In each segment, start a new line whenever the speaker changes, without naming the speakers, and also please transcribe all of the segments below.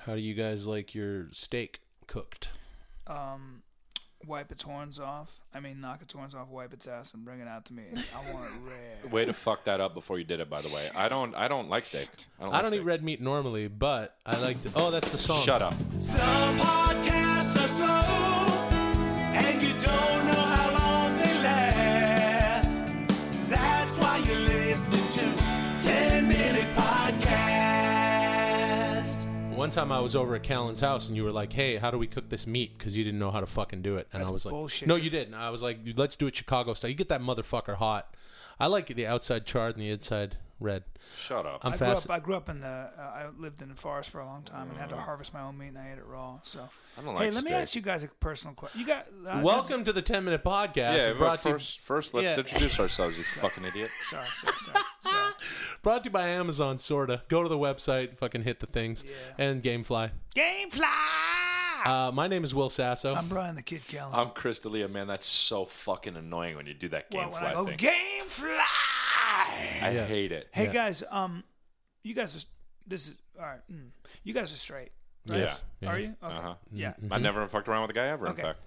How do you guys like your steak cooked?
Um, wipe its horns off. I mean, knock its horns off, wipe its ass, and bring it out to me. I want it red.
Way to fuck that up before you did it, by the way. I don't. I don't like steak. I don't. Like
I don't
steak.
eat red meat normally, but I like to. Oh, that's the song.
Shut up.
Some podcasts are slow, and you don't know how long they last. That's why you're listening to 10 Minute Podcast.
One time I was over at Callan's house and you were like, "Hey, how do we cook this meat?" Because you didn't know how to fucking do it, and
That's
I was like,
bullshit.
"No, you didn't." I was like, "Let's do it Chicago style. You get that motherfucker hot." I like the outside charred and the inside red.
Shut up.
I'm
I grew
fast.
up. I grew up in the. Uh, I lived in the forest for a long time and had to harvest my own meat, and I ate it raw. So,
Mm. I don't
hey,
like
let me
steak.
ask you guys a personal question. You got uh,
Welcome to the ten minute podcast.
yeah, but
brought to you-
first, first, let's
yeah.
introduce ourselves. You fucking idiot.
this- Sorry, sorry, sorry. sorry.
Brought to you by Amazon, sorta. Go to the website, fucking hit the things, and GameFly.
Gamefly.
Uh, my name is Will Sasso.
I'm Brian the Kid Callan.
I'm Chris D'Elia, man. That's so fucking annoying when you do that
Well,
game
when
fly
I go,
thing.
Gamefly.
I hate it.
Hey
Yeah.
guys, um, you guys are. This is all right. Mm, you guys are straight. Right?
Yes. Yeah. Mm-hmm.
Are you? Okay.
Uh huh.
Yeah.
I never fucked around with a guy ever.
Okay.
In fact,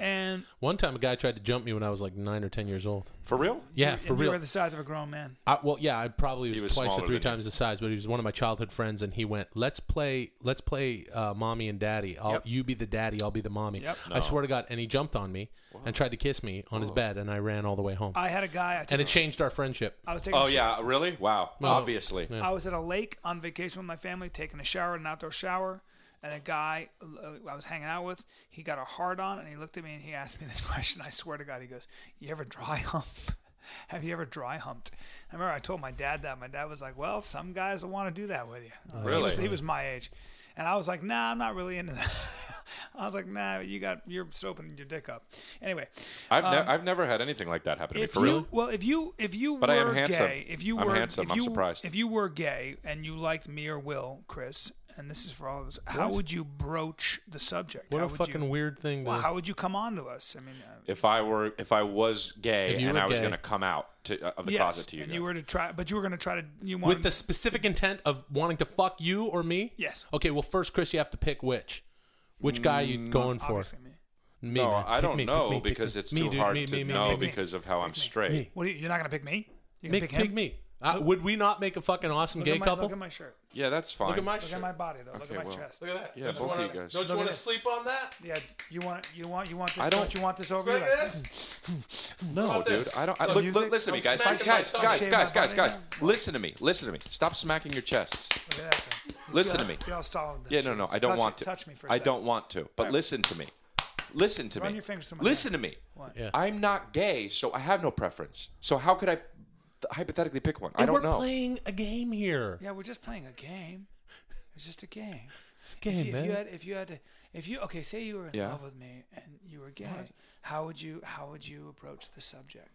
And
One time, a guy tried to jump me when I was like nine or ten years old.
for real.
Yeah,
and
for
you
real.
were the size of a grown man.
I, well, yeah, I probably was,
was
twice or
smaller
three
than you.
times the size, but he was one of my childhood friends, and he went, "Let's play, let's play, uh, mommy and daddy. I'll,
Yep.
You be the daddy, I'll be the mommy."
Yep.
I swear to God, and he jumped on me and tried to kiss me on his bed, and I ran all the way home,
I had a guy. I took
and
a
it changed our friendship.
I was taking.
Oh
a sh-
yeah, really? Wow. Obviously.
I was at a lake on vacation with my family, taking a shower, an outdoor shower, and a guy uh, I was hanging out with, he got a hard on, and he looked at me and he asked me this question. I swear to God, he goes, "You ever dry hump? Have you ever dry humped?" I remember I told my dad that. My dad was like, "Well, some guys will want to do that with you." Uh, he
Really? Hmm.
was- he was my age, and I was like, "Nah, I'm not really into that." I was like, "Nah, you got you're soaping your dick up." Anyway,
I've
Um,
ne- I've never had anything like that happen to me.
if you,
For real.
Well, if you if you
But
were
I am handsome.
gay, if you
I'm
were
handsome.
if
I'm
you,
surprised.
If you were gay and you liked me or Will, Chris, and this is for all of us, how would you broach the subject?
what
how
a
would
fucking
you,
weird thing! To,
Well, how would you come on to us? I mean, uh,
If I were, if I was gay
If you
and
were
I was
gay.
going to come out to, uh, of the
yes,
closet to you,
and
guys.
you were to try, but you were going to try to you want
with the specific intent of wanting to fuck you or me?
Yes.
Okay, well, first, Chris, you have to pick which. Which guy you going for?
Mm, obviously me.
Me,
no,
man.
I
Pick
don't
me, pick
know
me, pick
because
me.
it's
Me,
too
dude,
hard
me,
to
me, me,
know
me, me.
because of how I'm straight.
Me.
What are you, you're not going to pick me? You
Make,
pick
pick,
him?
me. Uh, would we not make a fucking awesome
Look
gay
at my,
couple?
Look at my shirt.
Yeah, that's fine.
Look at my
Look
shirt.
at my body though. look
Okay,
at my
well.
chest.
Look at that.
Yeah,
Don't you
both of
wanna-
you guys.
Don't you
at
want to
this.
sleep on that?
Yeah, you want you want you want this?
I don't-
you want this over?
Look
You're
at
like,
this.
No,
About
dude,
this.
I don't. I,
Some
look,
music.
look, listen to me,
Don't
guys.
smack
Guys, guys,
yourself.
guys,
Shave
guys,
my
guys,
body
guys. Listen to me. Listen to me. Stop smacking your chests.
Look at that thing.
Listen to me.
Feel solid.
Yeah, no, no. I don't
touch,
want to.
Touch me for a
I
second.
don't want to. But listen to me. Listen to
Run
me.
your fingers through my
listen to me.
Yeah.
I'm not gay, so I have no preference. So how could I th- hypothetically pick one? I don't
We're
know.
playing a game here.
Yeah, we're just playing a game. It's just a game.
It's a game,
if, you, if
man.
you had, if you had, to, if you okay, say you were in
Yeah.
love with me and you were gay, how would you, how would you approach the subject?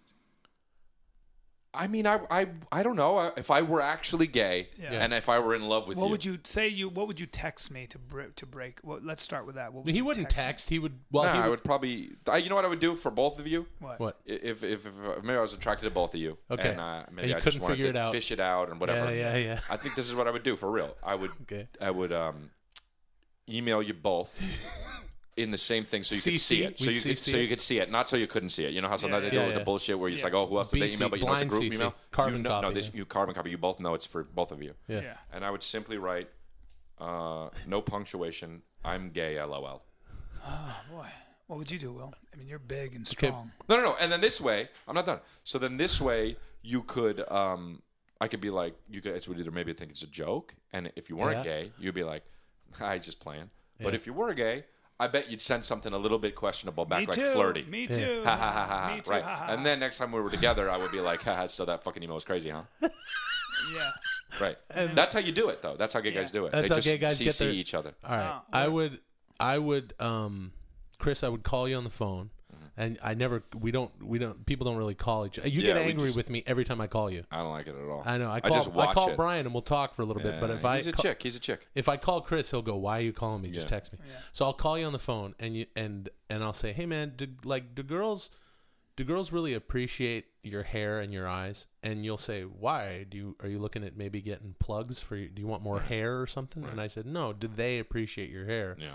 I mean, I, I, I don't know. I- If I were actually gay,
Yeah.
and if I were in love with
what
you,
would you say? You what would you text me to br- to break? Well, let's start with that. What would
he
you
wouldn't
me?
text. He would. Well,
Nah,
he
I would probably. I, you know what I would do for both of you?
What?
What?
I- If, if, if, maybe I was attracted to both of you,
Okay.
and uh,
And
maybe
you
I
couldn't
just wanted
figure
to
it out.
fish it out and whatever.
Yeah, yeah, yeah.
I think this is what I would do for real. I would
Okay.
I would um, email you both in the same thing so you could
CC?
see it. So
We'd
you could,
CC
so
it?
you could see it, not so you couldn't see it. You know how sometimes
Yeah,
they do
yeah,
with the
yeah.
bullshit where you're just
Yeah.
like, oh, who else did they
BC,
email? But you know it's a
blind
group
CC.
email.
Carbon
you know, No,
copy,
this
yeah.
you carbon copy. You both know it's for both of you.
Yeah.
Yeah.
And I would simply write, uh, no punctuation. I'm gay. LOL.
Boy, what would you do, Will? I mean, you're big and
Okay.
strong.
No, no, no. And then this way, I'm not done. So then this way, you could, um, I could be like, you guys would either maybe think it's a joke, and if you weren't
Yeah.
gay, you'd be like, I just playing. But if you were gay, I bet you'd send something a little bit questionable back,
Me
like
too.
flirty.
Me too.
Ha ha ha ha.
Me
ha.
too.
Right.
Ha, ha,
And then next time we were together, I would be like, haha, so that fucking emo is crazy, huh?
Yeah.
Right. That's how you do it, though. That's how gay
Yeah.
guys do it.
That's
they
how
just
gay guys
CC
get their-
each other.
All right. I would. I would. Um, Chris, I would call you on the phone,
Mm-hmm.
and I never. We don't. We don't. People don't really call each. You get
Yeah, we
angry
just-
with me every time I call you.
I don't like it at all.
I know. I
I
call.
just
I,
watch
call
it.
Brian, and we'll talk for a little bit. But if
Yeah,
I
he's a
ca-
chick. He's a chick.
if I call Chris, he'll go, "Why are you calling me? Just
Yeah.
text me." So I'll call you on the phone, and you and and I'll say, "Hey man, do, like do girls do girls really appreciate your hair and your eyes? And you'll say, why do you, are you looking at maybe getting plugs for? You, do you want more hair or something? And I said, no. Do they appreciate your hair
Yeah.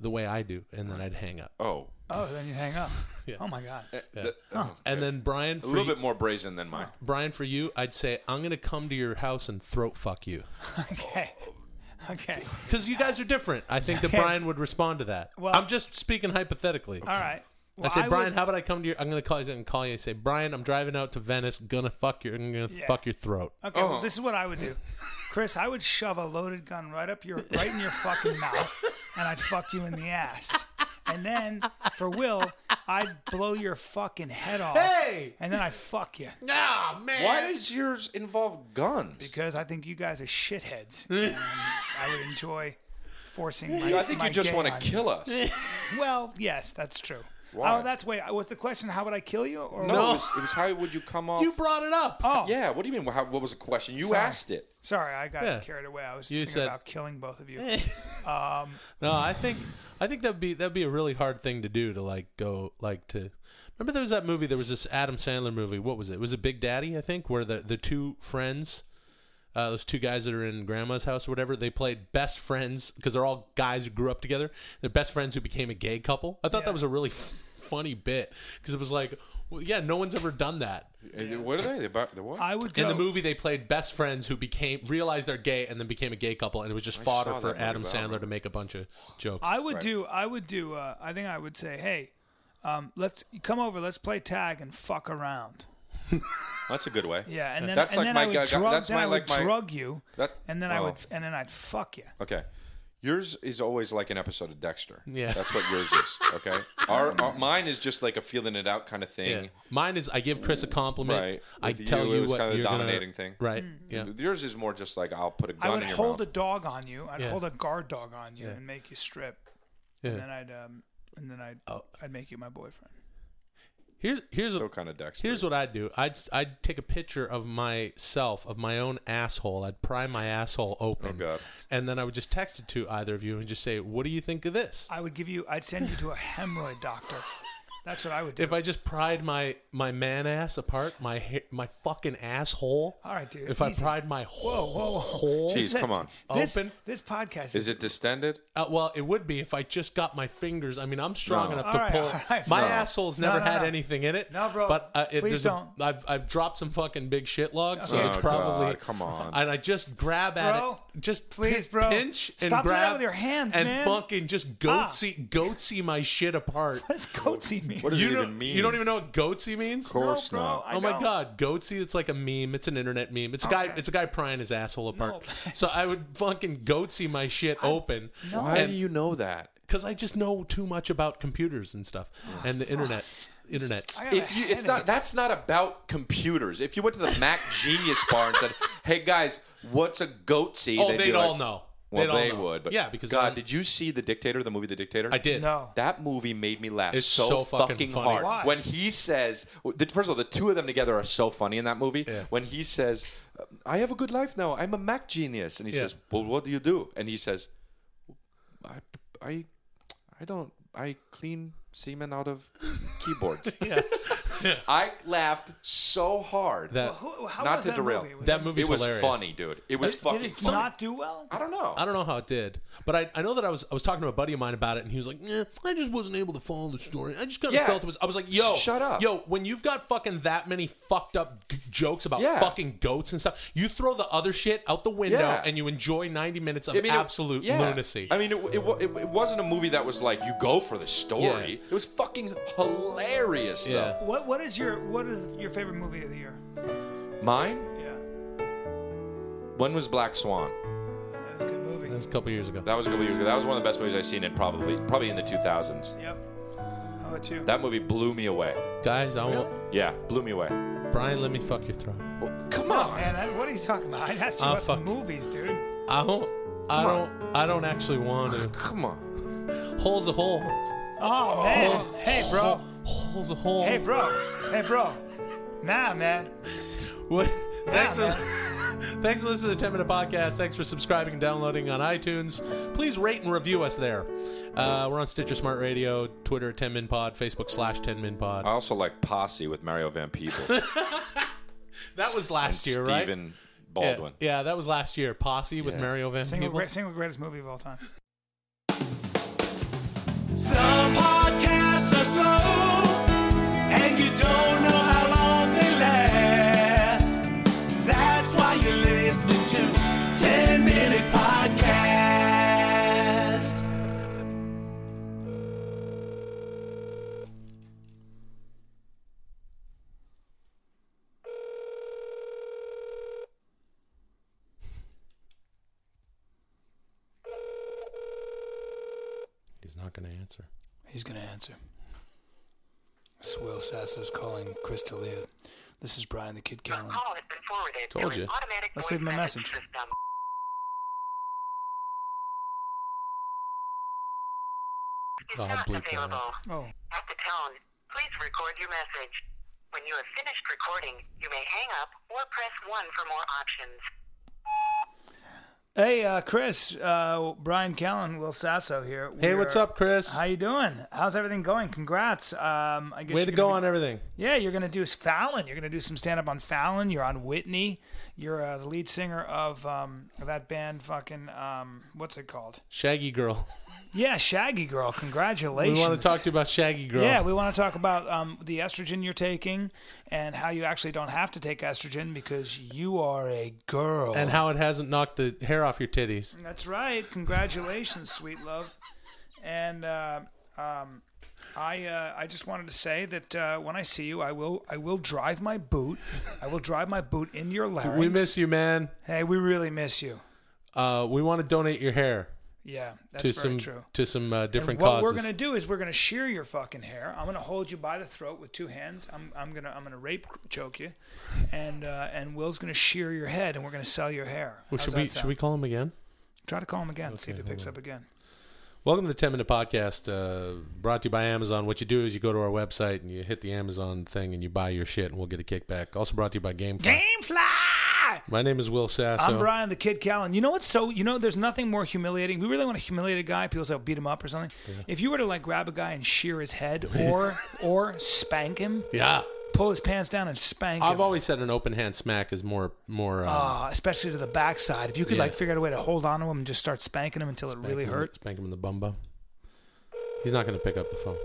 the way I do? And then I'd hang up.
Oh.
Oh, then you hang up. Oh my god.
The- oh,
And then Brian,
a
for
little
you,
bit more brazen than mine.
Brian, for you, I'd say I'm gonna come to your house and throat fuck you
Okay. Okay.
because you guys are different. I think that Brian would respond to that.
Well-
I'm just speaking hypothetically.
All right. Well,
I say, Brian,
would-
how about I come to your? I'm gonna call you and call you. and say, Brian, I'm driving out to Venice. Gonna fuck your. I'm gonna
Yeah. Uh,
fuck your throat.
Okay,
Uh-huh.
well, this is what I would do, Chris. I would shove a loaded gun right up your, right in your fucking mouth, and I'd fuck you in the ass. And then for Will, I'd blow your fucking head off.
Hey!
And then I'd fuck you
Ah man.
Why does yours involve guns?
because I think you guys are shitheads. And I would enjoy forcing. My,
I think you just want to
kill.
kill us.
Well, yes, that's true.
Why?
Oh, that's wait. Was the question how would I kill you? Or
No, It, was, it was how would you come off?
You brought it up.
Oh,
yeah. What do you mean? How, what was the question? You
Sorry.
asked it.
Sorry, I got
Yeah.
carried away. I was just
You
thinking
said- Eh.
about killing both of you.
No, I think I think that'd be that'd be a really hard thing to do to like go like to. Remember there was that movie. There was this Adam Sandler movie. What was it? Was it Big Daddy? I think where the the two friends. Uh, those two guys that are in grandma's house or whatever, they played best friends because they're all guys who grew up together. They're best friends who became a gay couple. I thought that was a really f- funny bit because it was like, well, yeah, no one's ever done that.
What are they? They're, about- they're what?
I would go.
In the movie, they played best friends who became realized they're gay and then became a gay couple, and it was just fodder
saw
for
that movie,
Adam
but I don't
Sandler to make a bunch of jokes.
I would do. I would do. Uh, I think I would say, "Hey, um, let's you come over. Let's play tag and fuck around."
That's a good way.
Yeah, and then
that's
and
like
then
my
I would
guy-
drug.
that's
then
my
I would
like my Oh.
drug you,
that-
and then I
wow.
would and then I'd fuck you.
Okay. Yours is always like an episode of Dexter.
Yeah.
That's what yours is. Okay. Our, our mine is just like a feeling it out kind of
Yeah.
thing.
Mine is I give Chris a compliment.
Right.
I
With
tell
you,
you,
it was
what
kinda
you're
dominating
gonna,
thing.
Right. Yeah.
Yours is more just like I'll put a gun
I would
in your
hold a
mouth.
dog on you. I'd
Yeah.
hold a guard dog on you and make you strip, and then
yeah. Oh.
I'd um and then I'd I'd make you my boyfriend.
Here's here's
Still
what,
kind of Dexter.
here's what I'd do. I'd I'd take a picture of myself of my own asshole. I'd pry my asshole open.
Oh, God.
And then I would just text it to either of you and just say, "What do you think of this?"
I would give you. I'd send you to a hemorrhoid doctor. That's what I would do.
If I just pried my my man ass apart, my ha- my fucking asshole.
All right, dude,
If I
easy.
pried my whoa
whoa.
whole
Jeez, come on.
this,
open-
this podcast
Is it distended?
Uh, well, it would be if I just got my fingers. I mean, I'm strong
No.
enough to
All right,
pull.
all right.
my
No.
asshole's
No,
never
no,
had
no.
anything in it.
No, bro.
but uh, it,
Please
there's a-
don't.
I've I've dropped some fucking big shit logs, so
Okay.
it's
Oh,
probably
God, come on.
And I just grab at
Bro,
it, just
please,
pin-
bro.
pinch and
Stop doing that
grab
with your hands,
and
man. Ah.
fucking just goatsy goatsy my shit apart.
That's goatsy me.
What does
you
it
don't
even mean?
you don't even know what goatsy means.
Of course
No, bro,
not.
I
oh my
don't.
god, goatsy! It's like a meme. It's an internet meme. It's a guy. It's a guy prying his asshole apart.
No.
So I would fucking goatsy my shit open. No,
Why do you know that?
because I just know too much about computers and stuff and the internet. Internet.
Ah, I have a
If you, it's
headache.
not. That's not about computers. If you went to the Mac Genius bar and said, "Hey guys, what's a goatsy?"
Oh,
They'd
they'd,
be like-
all know.
Well,
they'd all
they
know.
would. But
yeah, because
God,
I'm-
did you see the Dictator? The movie, The Dictator.
I did.
No.
That movie made me laugh
It's
so,
so fucking
fucking,
funny.
hard.
Why?
When he says, the- first of all, the two of them together are so funny in that movie. When he says, "I have a good life now. I'm a Mac genius," and he
Yeah.
says, "Well, what do you do?" And he says, "I, I, I don't. I clean semen out of keyboards."
Yeah.
I laughed so hard.
That
Who- how
Not
was
to
that
derail.
Movie? Was
that movie's
it was
hilarious.
funny, dude. It was
Did
fucking
it
funny.
not do well?
I don't know.
I don't know how it did, but I, I know that I was I was talking to a buddy of mine about it, and he was like, "Eh, I just wasn't able to follow the story. I just kind of
Yeah.
felt it was. I was like, Yo,
Shut up.
yo. When you've got fucking that many fucked up g- jokes about
Yeah.
fucking goats and stuff, you throw the other shit out the window,
Yeah.
and you enjoy ninety minutes of
I mean, it-
absolute
yeah.
lunacy.
I mean, it, it, wa- it, it wasn't a movie that was like you go for the story.
Yeah.
It was fucking hilarious,
Yeah.
What What is your What is your favorite movie of the year?
though. Mine.
Yeah,
When was Black Swan?
that was a good movie.
that was a couple years ago.
That was a couple years ago. That was one of the best movies I've seen in probably probably in the 2000s.
yep. How about you?
That movie blew me away.
Guys, I want
Yeah, blew me away.
Brian. Let me fuck your throat.
Well, come on.
Man, that, what are you talking about? I asked you
Ah,
about the
fuck.
movies, dude.
I don't. I
Come
don't.
on.
I don't actually want to.
Come on.
Hole's a hole. Oh,
Oh man. Hey bro.
Hole's a hole.
Hey bro. Hey bro. Nah, man.
What? Thanks for.
man.
Thanks for listening to the 10 Minute Podcast. Thanks for subscribing and downloading on iTunes. Please rate and review us there. Uh, we're on Stitcher Smart Radio, Twitter at 10 Min Pod, Facebook slash 10 Min Pod.
I also like Posse with Mario Van Peebles,
that was last year, right?
Stephen
Yeah,
Baldwin.
yeah, that was last year. Posse with
Yeah.
Mario Van
Single,
Peebles.
great, single greatest movie of all time.
Some podcasts are slow, and you don't know how long they last. That's why you're listening to 10 Minute Podcast.
He's not going to answer.
He's going to answer. This is Will Sasso's calling Chris D'Elia. This is Brian the Kid
Your
Callen.
call has been forwarded
Told
to
you.
an automatic
Let's
voice
leave him a
message
message.
system. Is
Oh, I'll
not
bleep that out.
available.
Oh,
At the tone, please record your message. When you have finished recording, you may hang up or press 1 for more options.
hey, uh, Chris, uh, Brian Callen, Will Sasso here.
Hey,
We're-
what's up, Chris?
How you doing? How's everything going? Congrats. Um, I guess
Way
you're
to
gonna
go
be-
on everything.
Yeah, you're gonna do Fallon. You're gonna do some stand up on Fallon. You're on Whitney. You're uh, the lead singer of um, that band. Fucking um, what's it called?
Shaggy Girl.
Yeah, Shaggy Girl.
We
Congratulations.
want to talk to you about Shaggy Girl.
Yeah, we want to talk about um, the estrogen you're taking and how you actually don't have to take estrogen because you are a girl.
and how it hasn't knocked the hair off your titties.
That's right. Congratulations, sweet love. And uh, um, I uh, I just wanted to say that uh, when I see you, I will I will drive my boot. I will drive my boot in your larynx.
We miss you, man.
Hey, we really miss you.
Uh, we want to donate your hair
Yeah, that's
to
very
some
true.
to some uh, different
And what
causes.
we're gonna do is we're gonna shear your fucking hair. I'm gonna hold you by the throat with two hands. I'm, I'm gonna I'm gonna rape choke you, and uh, and Will's gonna shear your head, and we're gonna sell your hair.
Well,
How's
should
that
we
sound?
should we call him again?
try to call him again? see if he
hold
picks
on.
up again.
Welcome to the 10 Minute Podcast, uh, brought to you by Amazon. What you do is you go to our website and you hit the Amazon thing and you buy your shit and we'll get a kickback. Also brought to you by Gamefly.
Gamefly.
My name is Will Sasso.
I'm Brian the Kid Callen. You know what's so you know there's nothing more humiliating. We really want to humiliate a guy. People say "Oh, beat him up or something. If you were to like grab a guy and shear his head or or spank him,
Yeah.
pull his pants down and spank
I've
him.
always said an open hand smack is more more uh,
Ah, especially to the backside. If you could
Yeah.
like figure out a way to hold on to him and just start spanking him until it really
spank him-
hurt.
Spank him in the bumbo. He's not going to pick up the phone.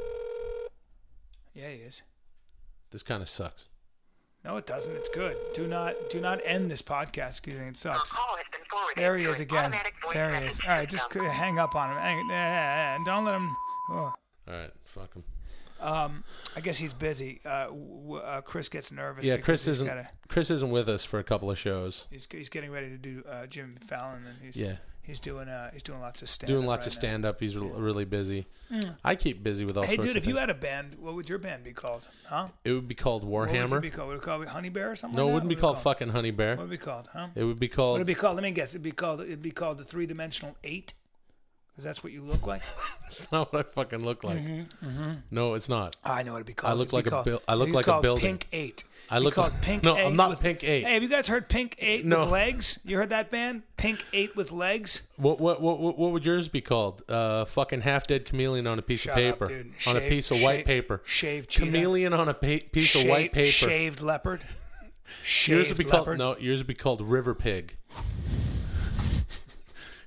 Yeah, he is.
This kind of sucks.
No, it doesn't. It's good. Do not do not end this podcast because you think it
Your
sucks.
call has been forwarded
There he
to
is
an
again.
automatic voice
There he
message
is. All right, just
system.
c- hang up on him. Hang, eh, eh, eh, don't let him. Oh.
All right, fuck him.
I guess he's busy. Uh, w- uh, Chris gets nervous.
Yeah,
because
Chris
he's
isn't
gotta-
Chris isn't with us for a couple of shows.
he's, he's getting ready to do uh, Jim Fallon, and he's
Yeah.
he's doing uh, he's doing lots of stand.
Doing lots of stand up. He's re- really busy. I keep busy with all
Hey,
sorts
dude,
of
if you
things.
had a band, what would your band be called? Huh?
it would be called
What would it
Warhammer.
be called? Would it call it Honey Bear or something?
no, it
like that?
wouldn't be
What
called fucking Honey Bear.
What would it be called? Huh?
It would be
What
called
would it be called? Let me guess. It'd be called it'd be called the three dimensional eight, because that's what you look like.
It's not what I fucking look like.
Mm-hmm,
No, it's not.
I know what it'd be called.
I look
It'd be
like a
called-
buil- I look
it'd be
like a
called
building.
Pink Eight.
I
It'd be
look
called
like-
Pink.
No,
Eight
I'm not
with-
Pink Eight.
Hey, have you guys heard Pink Eight
No.
with legs? You heard that band, Pink Eight with legs?
What what what what what would yours be called? Uh, fucking half dead chameleon on a piece of
Shut
paper.
up, dude.
on a
Shave-
piece of
shave-
white paper.
shaved cheetah.
chameleon on a pa- piece
Shaved-
of white paper.
Shaved leopard.
yours
Shaved
would be called
leopard.
no. Yours would be called River Pig.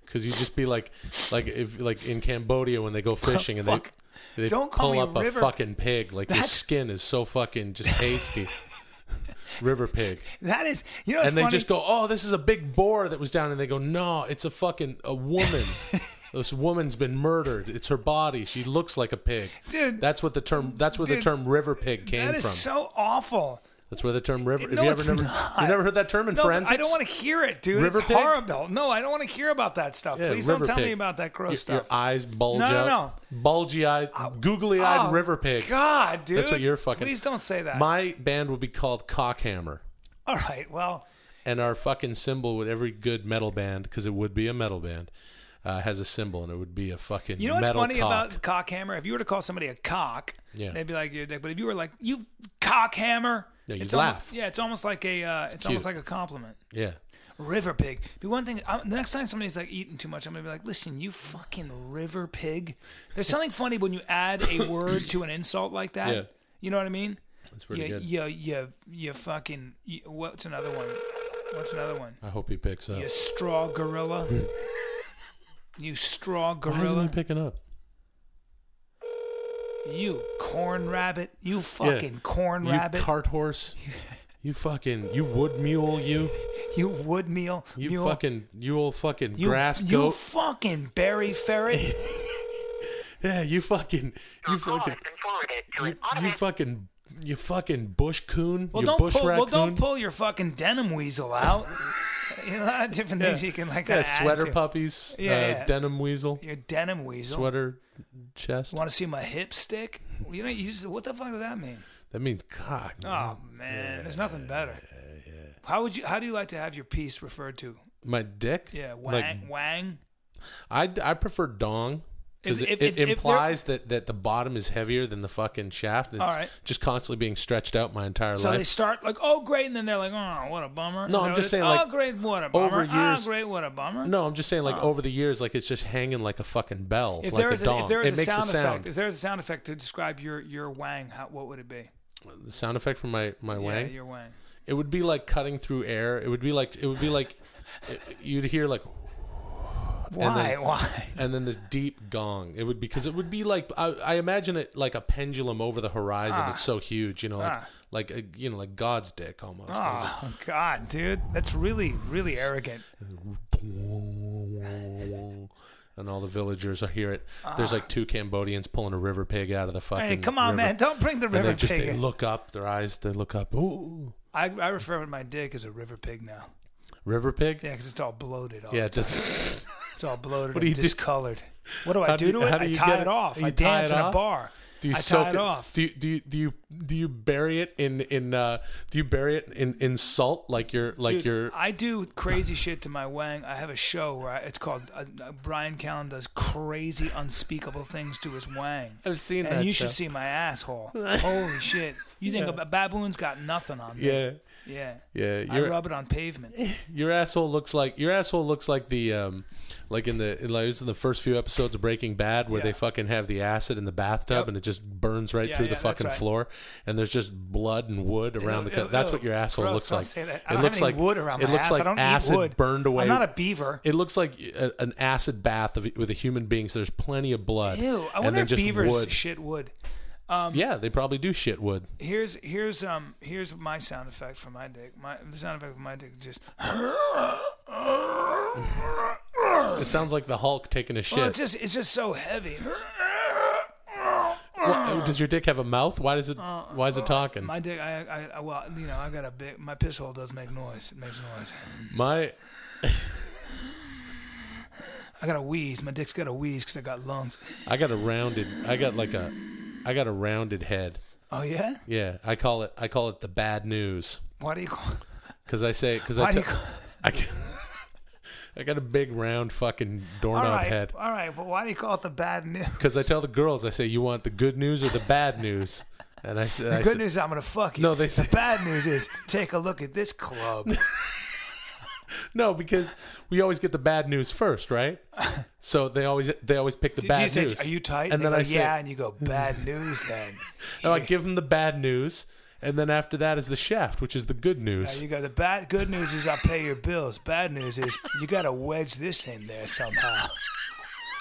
Because you'd just be like, like if like in Cambodia when they go fishing and they
fuck?
they
Don't
pull
call me
up a
river-
fucking pig. Like your
That's-
skin is so fucking just pasty. river Pig.
That is, you know, it's
and they
funny.
just go, "Oh, this is a big boar that was down," and they go, "No, it's a fucking a woman. this woman's been murdered. It's her body. She looks like a pig."
Dude.
that's what the term. That's where the
Dude,
term river pig came
that
from.
is so awful.
that's where the term river.
No,
have you
it's
ever never,
not.
you never heard that term in
No, but
forensics?
I don't want to hear it, dude.
River
it's
pig?
horrible. No, I don't want to hear about that stuff.
Yeah,
Please don't
river
tell me
pig.
about that gross
your,
stuff.
Your eyes bulge
No, no,
out.
no.
Bulgy eyed, googly eyed
Oh,
river pig.
God, dude.
That's what you're fucking-
Please don't say that.
My band would be called Cockhammer.
All right. Well,
and our fucking symbol with every good metal band because it would be a metal band uh, has a symbol and it would be a fucking
you know what's
metal
funny
cock.
about cockhammer? If you were to call somebody a cock,
Yeah.
they'd be like, "You're a dick." But if you were like, "You cockhammer,"
Yeah, you'd
it's almost,
laugh.
Yeah, it's almost like a. Uh, it's almost
cute.
like a compliment.
yeah
river pig. Be one thing. i the next time somebody's like eating too much, I'm gonna be like, listen, you fucking river pig. There's something funny when you add a word to an insult like that.
Yeah.
You know what I mean?
That's pretty
yeah,
good.
yeah, yeah, yeah. Fucking. You, what's another one? What's another one?
I hope he picks up.
You straw gorilla. you straw
Why isn't he
gorilla.
picking up?
You corn rabbit. You fucking corn
you
rabbit.
cart horse. You fucking you wood mule. You
you wood meal.
you
mule.
fucking you old fucking
You-
grass
you
goat.
fucking berry ferret.
yeah, you fucking you
Your call
fucking
has been forwarded to
you,
an automatic
you fucking you fucking bush coon.
Well,
you
don't
bush
pull. Well,
raccoon.
don't pull your fucking denim weasel out. you know, a lot of different things you can like
yeah,
add
sweater
to.
puppies.
Yeah,
uh,
yeah.
denim weasel.
Your denim weasel.
Sweater chest.
Want to see my hip stick? You know, you just, what the fuck does that mean?
That means cock.
Oh man, there's nothing better. How would you? How do you like to have your piece referred to?
My dick.
Yeah, wang,
Like
wang.
I, I prefer dong because
If-
it,
if- if- if
it
there-
implies that, that the bottom is heavier than the fucking shaft. It's
All right.
just constantly being stretched out my entire
So they
life.
start like, oh great, and then they're like, oh what a bummer.
No,
Is
I'm just
that what it is?
saying, like,
oh great, what a bummer.
over
oh
years-
great, what a bummer.
no, I'm just saying, like over the years, like it's just hanging like a fucking bell,
Oh. If
like
there is
a
a,
dong.
if there is
it
a
makes
sound
a sound.
effect, if there is a sound effect to describe your your wang, how, what would it be?
The sound effect from my my wang.
Yeah, your wang.
It would be like cutting through air. It would be like it would be like it- you'd hear like
Why?
then-
Why?
and then this deep gong. It would because it would be like I, I imagine it like a pendulum over the horizon. it's so huge, you know, like
Ah.
like a, you know, like God's dick almost.
Oh God, dude, that's really really arrogant.
and all the villagers I hear it. There's like two Cambodians pulling a river pig out of the fucking.
Hey, come on,
river.
man, don't bring the
And
river
they just
pig.
they
in.
look up, their eyes they look up. Ooh,
I I refer to my dick as a river pig now.
river pig.
Yeah, because it's all bloated. All
Yeah,
yeah,
just
it's all bloated.
do you
and
do?
discolored. What do I
How do
do,
you-
to it?
how do
I
you
tie
get
it,
it?
off.
You
I
tie
dance
it
in a
off?
bar.
do you
I
soak
tie it, off.
Do you, do you do you do you bury it in in uh, do you bury it in in salt like your like
Dude,
your
I do crazy shit to my wang. I have a show where I, it's called uh, uh, Brian Callen does crazy, unspeakable things to his wang.
I've seen
and
that
you
show.
should see my asshole. Holy shit! You think a baboon's got nothing on me?
yeah
yeah.
yeah
I
your
rub it on pavement.
your asshole looks like your asshole looks like the um like in the in like it was in the first few episodes of Breaking Bad where they
Yeah.
fucking have the acid in the bathtub
Yep.
and it just burns right
Yeah,
through
yeah,
the
that's
fucking
right.
floor and there's just blood and wood around the
Ew,
cut.
ew,
That's
ew.
what your asshole
Gross,
looks
don't
like.
say that. I
It
don't
looks
have any
like
wood around
it
my
looks
ass.
like
I don't eat
acid
wood.
burned away.
I'm not a beaver.
It looks like a, an acid bath of, with a human being, so there's plenty of blood.
Ew! I
and
wonder
then
if
just
beavers
wood.
shit wood.
yeah, they probably do shit wood.
Here's here's um here's my sound effect for my dick. My the sound effect for my dick is just.
It sounds like the Hulk taking a shit.
Well, it's just it's just so heavy.
Wha- does your dick have a mouth? Why does it? why is it talking?
Uh, My dick, I, I, I, well, you know, I got a big. My piss hole does make noise. It makes noise.
My
I got a wheeze. My dick's got a wheeze because I got lungs.
I got a rounded. I got like a. I got a rounded head.
Oh yeah.
Yeah, I call it. I call it the bad news
Why do you call?
because I say because
Why
I, t-
do you call?
I g- I got a big round fucking
All
doorknob
right,
head.
all right, but why do you call it the bad news?
Because I tell the girls, I say, you want the good news or the bad news, and I say, I
Good
say-
news, I'm gonna fuck you.
No, they
the
say-
bad news is take a look at this club.
no, because we always get the bad news first, right? So they always they always pick the
Did
bad
you say,
news.
Are you tight?
And
they
then
go,
I say,
yeah, and you go bad news then.
no, I give them the bad news, and then after that is the shaft, which is the good
Now
news.
you go. The bad good news is I pay your bills. Bad news is you gotta wedge this in there somehow.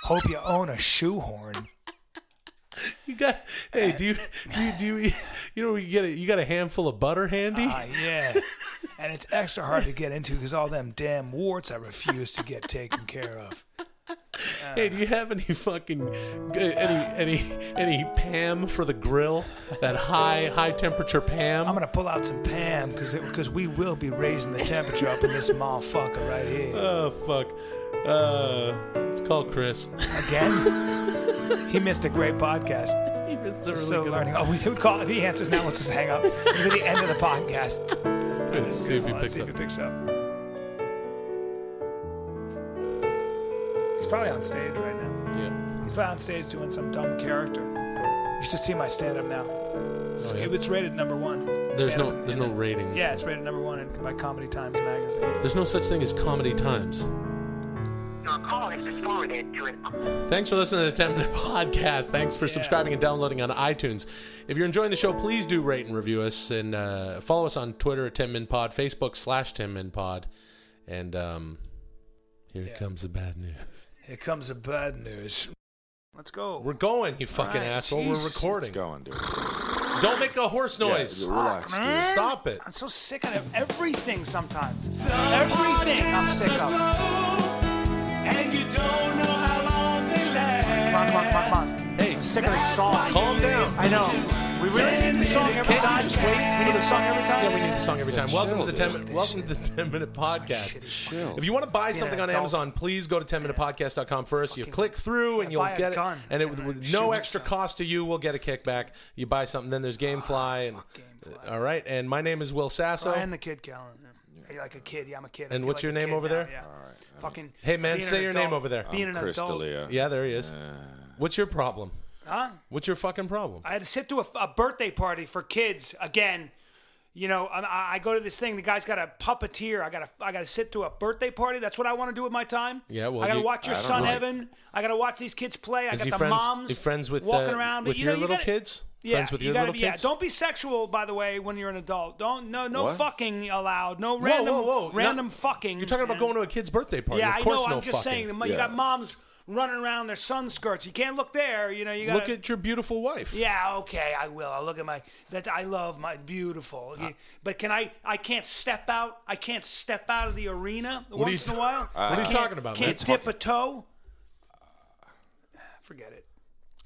Hope you own a shoehorn.
You got hey, do you do you, do you, you know you get a, you got a handful of butter handy?
Ah, yeah. And it's extra hard to get into because all them damn warts I refuse to get taken care of.
hey, do you have any fucking uh, any any any Pam for the grill? That high high temperature Pam.
I'm gonna pull out some Pam because because we will be raising the temperature up in this motherfucker right here
oh fuck. Uh, let's call Chris.
again. He missed a great podcast.
He was the
so learning. Oh, we would call if he answers now. Let's just hang up. It'll be the end of the podcast.
Let's see if he
Well,
picks
let's see
up.
if he picks up. He's probably on stage right now.
Yeah.
He's probably on stage doing some dumb character. You should see my stand up now. It's,
Oh, yeah?
it's rated number one.
There's
stand-up
no there's no
comedian.
rating.
Yeah, it's rated number one in, by Comedy Times magazine.
There's no such thing as comedy times.
Your call has been forwarded to an
Thanks for listening to the 10 Minute Podcast. Thanks for subscribing and downloading on iTunes. If you're enjoying the show, please do rate and review us and uh, follow us on Twitter at 10 Min Pod, Facebook slash 10 Min Pod. And um, here comes the bad news.
Here comes the bad news. Let's go.
We're going, you fucking
right,
asshole.
Jesus,
We're
it's
recording.
It's going, dude.
Don't make a horse noise.
Yeah, relax. dude.
man.
Stop it.
I'm so sick of everything sometimes. Everything I'm sick of.
And you don't know how long they
Mark, Mark, Mark, Mark.
last.
Hey, I'm sick of this song.
Calm down.
I know. We really need this song every
Can't you
time.
just wait?
We need this song every time.
Yeah, we need the song every time. Welcome to
chill,
the 10
dude. Oh,
minute, welcome to the 10 minute podcast.
Chill.
If you want to buy something on
adult.
Amazon, please go to 10minutepodcast.com first. You click through and
Yeah,
you'll
buy a
get it.
gun
And it
and then
with
shoot
no extra
yourself.
cost to you, we'll get a kickback. You buy something, then there's
Ah,
Gamefly. and, uh,
Gamefly.
All right. And my name is Will Sasso.
I am the kid calendar. Are you like a kid? Yeah, I'm a kid. I
And
feel
what's
like
your
a
name
kid
over
now,
there?
Yeah. Fucking.
Hey, man,
being an
say your name
adult-
over there.
Being an
Chris
adult.
D'Elia.
yeah, there he is. What's your problem?
Huh?
What's your fucking problem?
I had to sit through a, a birthday party for kids again. You know, I- I, I go to this thing. The guy's got a puppeteer. I gotta, I gotta sit through a birthday party. That's what I want to do with my time.
Yeah, well,
I gotta
you-
watch your
I don't
son
know.
Evan. I gotta watch these kids play. I
is
got
he
the
friends?
moms.
he friends with uh,
walking around
with
you
your
know, you
little
gotta-
kids?
Yeah,
friends with
you
your
gotta
little
be,
kids?
Yeah, don't be sexual, by the way, when you're an adult. Don't no no
What?
fucking allowed. No random
whoa, whoa. You're not-
random fucking.
You're talking about going to a kid's birthday party.
Mm. Yeah,
of
I
course
know.
no
I'm just
fucking.
saying. the mo- You
Yeah.
got moms running around their sun skirts. You can't look there. You know. You got
Look at your beautiful wife.
yeah, okay, I will. I'll look at my that I love my beautiful.
Uh.
Yeah, but can I I can't step out. I can't step out of the arena
are you
once in a while.
What are you
Can't-
talking about, man?
Can't dip a toe. Forget it.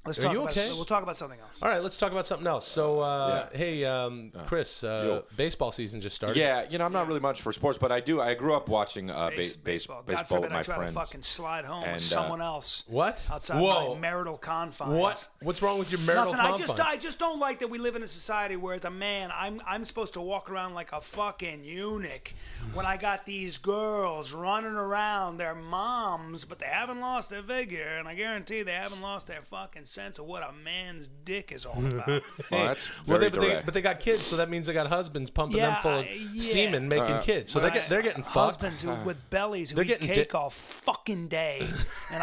Let's
Are
talk
you
about
okay?
we'll talk about something else.
All right, let's talk about something else. So, uh,
Yeah.
hey, um, Chris, uh,
Yo.
baseball season just started.
Yeah, you know, I'm not really much for sports, but I do. I grew up watching uh,
Base-
base, baseball,
God
baseball with
forbid I
my
try
friends.
to fucking slide home
And, uh,
with someone else.
What?
Outside
Whoa.
my marital confines.
What? What's wrong with your marital
Nothing. I
confines?
just I just don't like that we live in a society where as a man I'm I'm supposed to walk around like a fucking eunuch when I got these girls running around their moms, but they haven't lost their figure, and I guarantee they haven't lost their fucking sense of what a man's dick is all about.
Well, that's
well,
very
they, but, they,
direct.
but they got kids, so that means they got husbands pumping them
Yeah,
full of
I- yeah.
semen, making kids. So they're, get, they're getting fucked.
Husbands who, with bellies who
They're
eat
getting
cake
dick-
all fucking day, and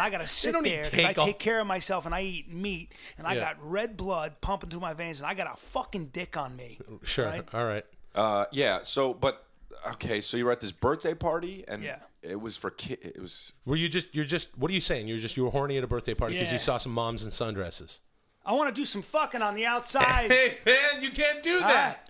I gotta sit
don't eat
there because I
cake all-
take care of myself and I eat meat, and I
Yeah.
got red blood pumping through my veins, and I got a fucking dick on me.
Sure.
right?
All right.
Uh, yeah. So, but okay. So you were at this birthday party, and
Yeah.
it was for ki- It was
Were you just? You're just. What are you saying? You're just. You were horny at a birthday party because
Yeah.
you saw some moms in sundresses.
I want to do some fucking on the outside.
man, you can't do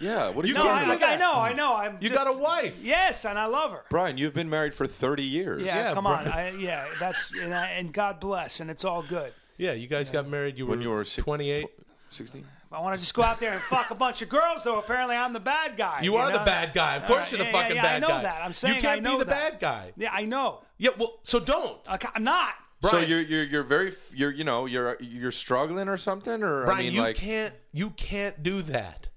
yeah. What are you,
No,
doing?
I, I, I know, I know. I'm.
You
just-
got a wife.
Yes, and I love her.
Brian, you've been married for 30 years.
Yeah,
Yeah,
come
bro.
on. I, yeah, that's and, I, and God bless, and it's all good.
Yeah, you guys got married. You
When
were
you were six-
28.
tw- 16.
I want to just go out there and fuck a bunch of girls, though. Apparently, I'm the bad guy.
You are
know?
the bad guy. Of
All
course,
right,
you're the
yeah,
fucking
yeah, yeah,
bad
I know
guy.
that. I'm saying
you can't
I
be
know
the
that.
bad guy.
Yeah, I know.
Yeah, well, so don't.
I ca- I'm not.
So
Brian.
you're you're you're very f- you're you know you're you're struggling or something or
Brian,
I mean
you
like
can't. You can't do that.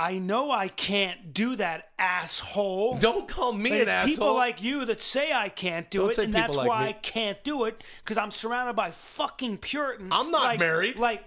I know I can't do that, asshole.
Don't call me
But
an
it's
asshole.
people like you that say I can't do
Don't
it,
say
and
people
that's
like
why
me.
I can't do it because I'm surrounded by fucking Puritans.
I'm not
like-
married.
Like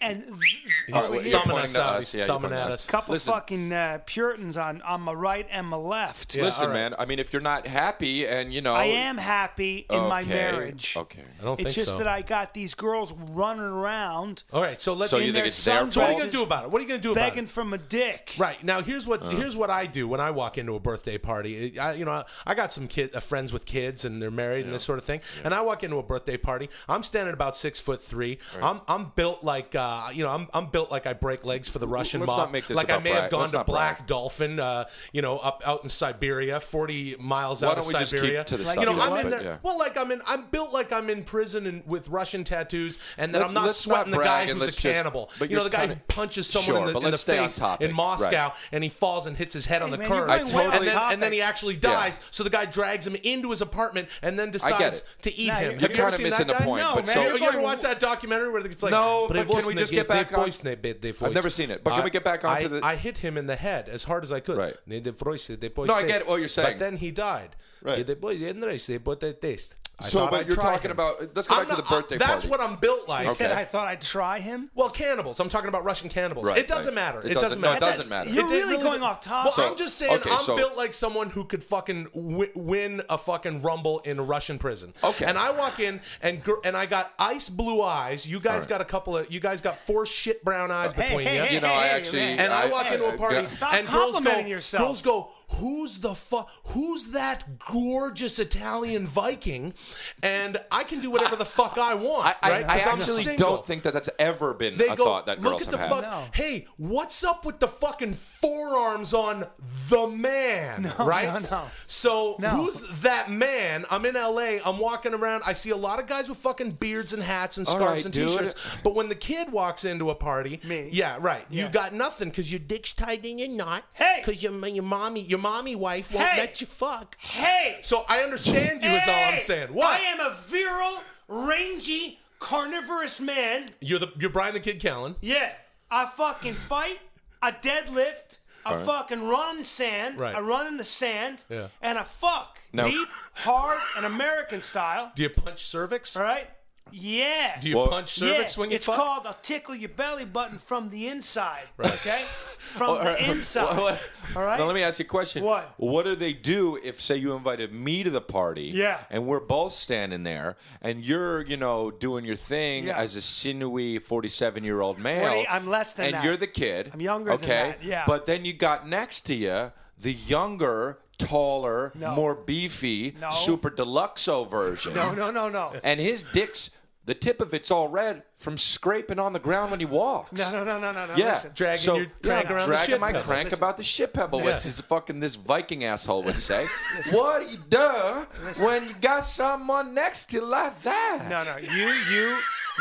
and
He's
Oh,
over
you're
here.
thumbing
pointing
us
to
out.
us.
He's
Yeah, you're
thumbing
pointing
at
to
us.
us.
couple
Listen.
fucking uh, Puritans on on my right and my left.
Yeah,
listen
all right.
man I mean if you're not happy and you know
I am happy in my
okay,
marriage.
okay
I don't think
It's just
so.
that I got these girls running around
All right, so let's.
So you
in
think
their
it's their
So what are you
fault?
gonna do about it? What are you gonna do about
begging
it?
from a dick.
Right now, here's what
Uh.
here's what I do when I walk into a birthday party. I, you know, I, I got some kid, uh, friends with kids, and they're married and this sort of thing. And I walk into a birthday party. I'm standing about six foot three. I'm I'm built like uh, you know I'm, I'm built like I break legs for the Russian
let's
mob.
not make this
like I
about
may have
brag.
gone
Let's
to
not
Black
brag.
Dolphin, uh, you know, up out in Siberia, forty miles
Why
out of
don't we just keep
Siberia.
to the
you know,
subject,
I'm in
but
there.
yeah.
Well, like I'm in I'm built like I'm in prison and with Russian tattoos, and that
Let-
I'm not
let's not
sweating the
brag
guy
and
who's a
let's just-
cannibal.
but
you know, the
you're
guy who
kinda-
punches someone
Sure,
in the,
but
in the
let's stay on
face
topic.
in Moscow,
Right.
and he falls and hits his head on the
man, you're
curb,
going
way off
and, then,
topic.
and then he actually dies. So the guy drags him into his apartment and then decides
it.
to eat
Nah,
him.
you're-
Have
you're
you ever
kinda
seen
missing
that
the
guy?
point,
No,
but
man.
so-
you, ever
going-
watch that documentary where it's like,
No, but can we
"Привозные
just get
гей-
back on-
привозные бед- привозные".
I've never seen it, but can
I-
we get back onto
I-
the-
I hit him in the head as hard as I could.
Right.
Не привозные, they
No, I
привозные.
get what you're saying.
But then he died.
Right.
They привозные, they привозные, but they taste.
I so, but
I'd
you're
try
talking
him.
about. Let's go back
I'm
to the
not- I-
birthday
That's
party.
what I'm built like.
Okay.
Said I thought I'd try him.
Well, cannibals. I'm talking about Russian cannibals.
Right,
it doesn't
right.
matter.
It
It, doesn't,
doesn't- no, it
matter.
doesn't matter.
You're
did
really going off
Well,
topic.
I'm just saying
okay,
I'm
so-
built like someone who could fucking wi- win a fucking rumble in a Russian prison.
Okay.
And I walk in and gr- and I got ice blue eyes. You guys
right.
got a couple of. You guys got four shit brown eyes
Hey,
between
hey,
you.
hey,
You know, I
Hey,
actually.
man.
And I, walk into
I-
a party
Stop
and girls go,
complimenting yourself.
girls go, who's the fuck? Who's that gorgeous Italian Viking? And I can do whatever the fuck I want.
I, I,
right?
I
'Cause I'm
actually
single.
don't think that that's ever been
They
a
go,
thought that
look
girls
at
have
the
had.
fuck. Hey, what's up with the fucking forearms on the man? right?
no, no.
So
No.
who's that man? I'm in LA. I'm walking around. I see a lot of guys with fucking beards and hats and
All
scarves
right,
and
dude.
t-shirts. But when the kid walks into a party,
Me.
yeah, right.
Yeah.
You got nothing because your dick's tied in your knot.
Hey.
because your your mommy your mommy wife won't
Hey.
let you fuck.
Hey.
So I understand you is all I'm
Hey!
saying. What?
I am a virile, rangy, carnivorous man.
you're the you're Brian the Kid Callen.
Yeah. I fucking fight. I deadlift. I fucking run in sand.
Right.
I run in the sand.
Yeah.
And I fuck
No.
deep, hard, and American style.
Do you punch cervix?
All right. Yeah.
Do you
Well-
punch
yeah.
cervix when you
it's
fuck?
called I'll tickle your belly button from the inside. Okay. From
All right,
the inside.
well, what-
All right.
Now let me ask you a question.
What?
What do they do if, say, you invited me to the party?
Yeah.
And we're both standing there, and you're, you know, doing your thing
Yeah.
as a sinewy 47 year old male.
40 I'm less than
And
that.
you're the kid.
I'm younger than
okay?
that, yeah.
But then you got next to you the younger, taller,
No.
more beefy,
No.
super deluxo version.
No, no, no, no.
And his dick's. The tip of it's all red from scraping on the ground when he walks.
No, no, no, no, no, no.
Yeah,
Listen.
dragging
so,
your crank
yeah,
around the
dragging
shit
my
pedal.
crank
Listen.
about the shit pebble,
Yeah.
which is fucking this Viking asshole would say. what you do when you got someone next to you like that?
No, no, you, you,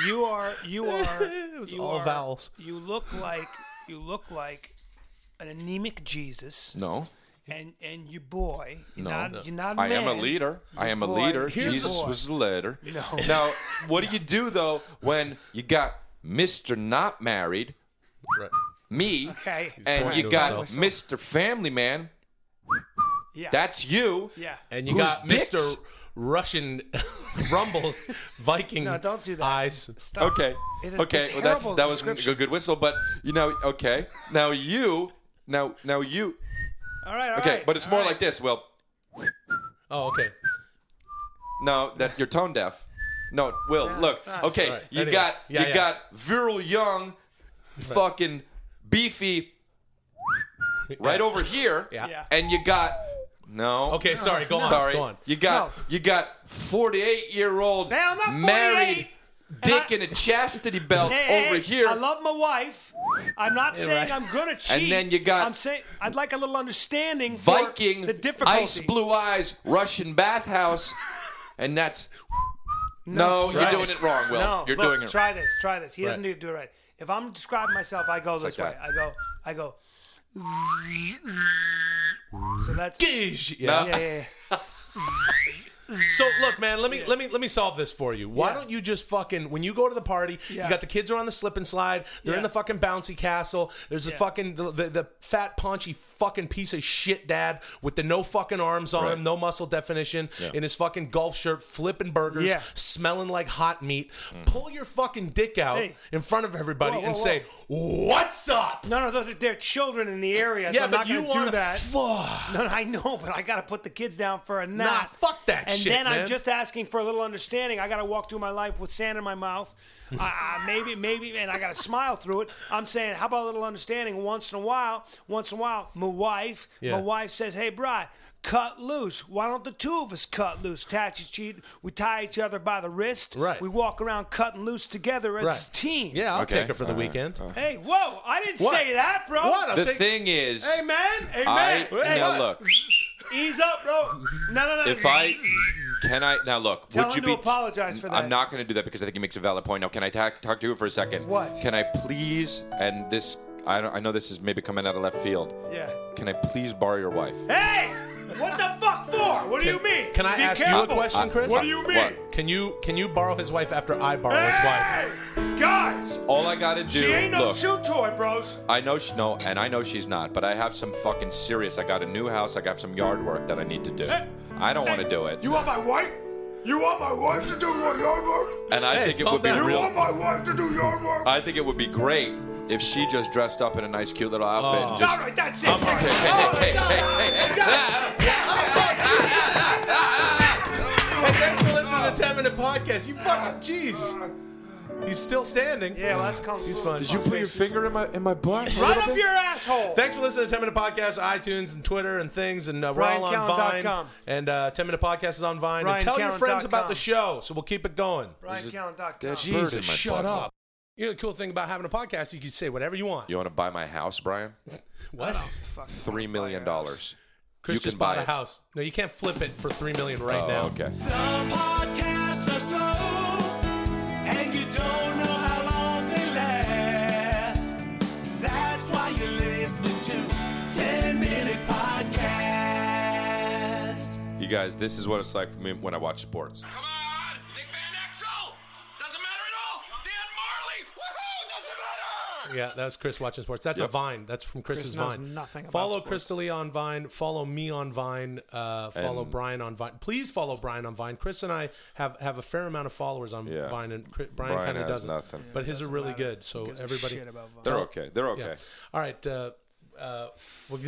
you are, you are.
It was
you
all
are-
vowels.
You look like, you look like an anemic Jesus,
No,
and and you boy, you're
No.
not,
No.
you're not.
I am a
man.
leader. I am a
boy.
leader.
Here's
Jesus
the-
was a leader.
No.
Now, what do you do though when you got Mister Not Married, me,
Okay. He's
and
pointing to
you got
himself.
Mister Family Man?
Yeah.
That's you.
yeah.
And you
Who's
got
dicks?
Mr. Russian Rumble Viking
No, don't do that.
eyes.
Stop.
Okay.
It's a
okay. Well, that's
terrible
that was a
description.
good good whistle, but you know, okay. Now you, now now you.
All right. all
Okay,
right,
but it's
all
more
right.
like this. Well,
Oh, okay.
no, that you're tone deaf. No, Will, look.
it's not.
Okay,
All right,
you
anyway.
got
Yeah,
you
yeah.
got virile young, fucking beefy, right over here.
Yeah.
Yeah.
And you got no.
Okay, sorry. Go on.
Sorry.
Go on.
You got
No.
you got 48 year old
Hey, I'm not
married
48.
dick
I-
in a chastity belt
Hey, hey,
over
hey,
here.
I love my wife. I'm not saying
right.
I'm gonna cheat.
And then you got-
I'm saying I'd like a little understanding. for
Viking,
The difficulty.
ice blue eyes, Russian bathhouse, and that's. No, you're
Right.
doing it wrong, Will.
No,
you're
look,
doing it.
Try this. Try this. He doesn't
Right.
do, do it right. If I'm describing myself, I go this
like
way. I go. I go. So that's
Gish. Yeah.
No.
yeah, yeah,
So look, man. Let me let me let me solve this for you. Why
Yeah.
don't you just fucking when you go to the party,
Yeah.
you got the kids are on the slip and slide. They're
Yeah.
in the fucking bouncy castle. There's the
Yeah.
fucking the, the, the fat paunchy fucking piece of shit dad with the no fucking arms on
Right.
him, no muscle definition, in his fucking golf shirt, flipping burgers,
Yeah. Mm.
smelling like hot meat. Pull your fucking dick out
Hey.
in front of everybody
Whoa,
and
whoa,
say, "What's up?"
yeah. No, no, those are their children in the area. so
yeah,
I'm
but
not
you
gonna do
want to
that.
fuck.
no, no, I know, but I gotta put the kids down for a nap.
fuck that
and
shit,
then I'm
man.
just asking for a little understanding. I gotta walk through my life with sand in my mouth. I, I, maybe, maybe, and I gotta smile through it. I'm saying, how about a little understanding? Once in a while, once in a while, my wife,
Yeah.
my wife says, "Hey, Bri, cut loose. Why don't the two of us cut loose? Attach each cheat. We tie each other by the wrist.
Right.
We walk around cutting loose together as
Right.
a team.
Yeah, I'll
Okay.
take her for the
All right.
weekend.
Hey, whoa! I didn't
What?
say that, bro.
What? I'll
The
take-
thing is,
Hey, man. Hey,
I
man. hey,
now
what?
look.
Ease up, bro. No, no, no.
If I can I now look,
Tell
would
him
you
to
be?
apologize for that.
I'm not going to do that because I think he makes a valid point. Now, can I talk, talk to you for a second?
What?
Can I please? And this, I, don't, I know this is maybe coming out of left field.
Yeah.
Can I please borrow your wife?
Hey, what the fuck for? What do you mean?
Can I
Be
ask
careful.
you a question, Chris?
What do you mean?
What?
Can you can you borrow his wife after I borrow his wife?
Hey, guys,
All I got to do.
she ain't no
look,
chew toy, bros.
I know she no, and I know she's not. But I have some fucking serious. I got a new house. I got some yard work that I need to do.
Hey,
I don't want
hey,
to do it.
You want my wife?
You want my wife to do your yard work?
And I think it
calm
would be
down.
You
real.
want my wife to do yard work?
I think it would be great if she just dressed up in a nice, cute little outfit.
Oh.
And just,
All right, that's it. All right.
hey, hey, hey, hey, hey.
Hey, thanks for listening to the 10 minute podcast. You fucking jeez. He's still standing.
Yeah, well, that's kung He's fun.
Did you put your finger in my in my butt?
Right up your asshole.
Thanks for listening to 10 Minute Podcast, iTunes, and Twitter, and things. And uh, we're all on Vine.
BrianCallen.com.
And uh, 10 Minute Podcast is on Vine. And tell your
BrianCallen.com.
friends about the show, so we'll keep it going.
BrianCallen.com.
That's- Bird in my
Jesus, shut
butt.
up. You know, the cool thing about having a podcast, you can say whatever you want.
You want to buy my house, Brian?
What?
Fucking
Three million dollars.
Chris
You can
just bought
buy
a
it.
house. No, you can't flip it for $3 million right
Oh,
now.
okay.
Some podcasts are slow, and you don't know how long they last. That's why you're listening to 10 Minute Podcast.
You guys, this is what it's like for me when I watch sports.
Come on! Nick Van Exel! Doesn't matter at all! Dan Marley! Woohoo! Doesn't matter!
Yeah, that was Chris watching sports. That's a
Yep.
Vine. That's from Chris's
Chris knows
Vine.
nothing about
follow
sports.
Chris D'Elia on Vine. Follow me on Vine. Uh, follow Brian on Vine. Please follow Brian on Vine. Chris and I have, have a fair amount of followers on
Yeah.
Vine, and Chri- Brian,
Brian
kind of
has
doesn't.
nothing. Yeah,
But his are really good. So
gives a
everybody,
shit about Vine.
They're okay. They're okay.
Oh. yeah. All right. Uh, uh, well,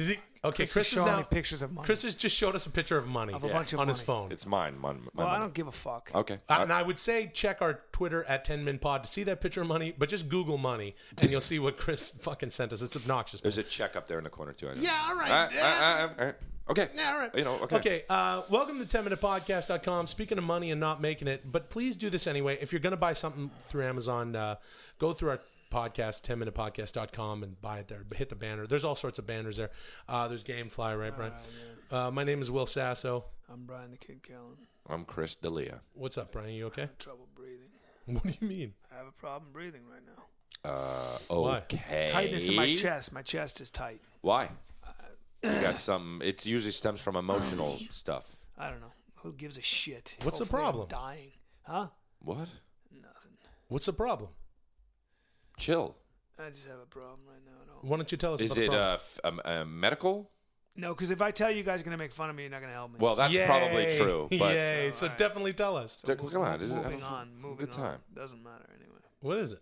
okay. Chris,
Chris
is
is showing
now
me pictures of money.
Chris has just showed us a picture of money
Of a bunch of
on his
money.
phone.
It's mine. Mine. my
well, I
money.
don't give a fuck.
Okay.
Uh, and I would say check our Twitter at 10 Min Pod to see that picture of money, but just Google money and you'll see what Chris fucking sent us. It's obnoxious. man.
There's a check up there in the corner too. I know.
Yeah, all right,
All right,
yeah.
all right, all right. Okay.
Yeah, all right.
You know. Okay.
Okay. Uh, welcome to 10minutepodcast.com. Speaking of money and not making it, but please do this anyway. If you're going to buy something through Amazon, uh, go through our podcast, 10minutepodcast.com, and buy it there. Hit the banner. There's all sorts of banners there. Uh, there's Gamefly, right, Brian? Uh, my name is Will Sasso.
I'm Brian the Kid Callen.
I'm Chris D'Elia.
What's up, Brian? Are you okay?
Trouble breathing.
What do you mean?
I have a problem breathing right now.
Uh,
Why?
okay.
Tightness in my chest. My chest is tight.
Why? You got some. It usually stems from emotional stuff.
I don't know. Who gives a shit?
What's the
Hopefully I'm
problem?
dying. Huh?
What?
Nothing.
What's the problem?
Chill.
I just have a problem right now. I don't-
Why don't you tell us
Is
about the
it
problem?
uh, f- um, uh, medical?
No, because if I tell you, you guys are going to make fun of me. You're not going to help me.
Well, uh, that's probably
Yay.
true. But
Yay. So
Alright.
definitely tell us.
Dick, come on, this is- have a
moving
f-
on. Moving
good time.
On. Doesn't matter anyway.
What is it?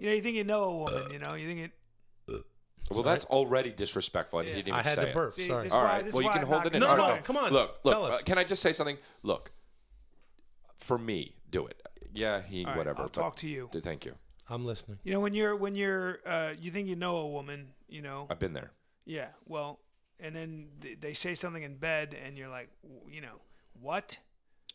You know, you think you know a woman. You know, you think it.
Well, that's already disrespectful, and he didn't even
I had
say
to
it.
burp.
See,
Sorry.
this-
All
why-
right.
this is
Well, you
why
can
I'm
hold
not
it in.
gonna
All
No,
right,
no, come on.
Look, look.
Tell us.
uh, Can I just say something? Look, for me, do it. Yeah, he,
right,
whatever.
I'll
but-
talk to you.
D- Thank you.
I'm listening.
You know, when you're when you're uh, you think you know a woman. You know.
I've been there.
Yeah. Well, and then th- they say something in bed, and you're like, w- you know, what?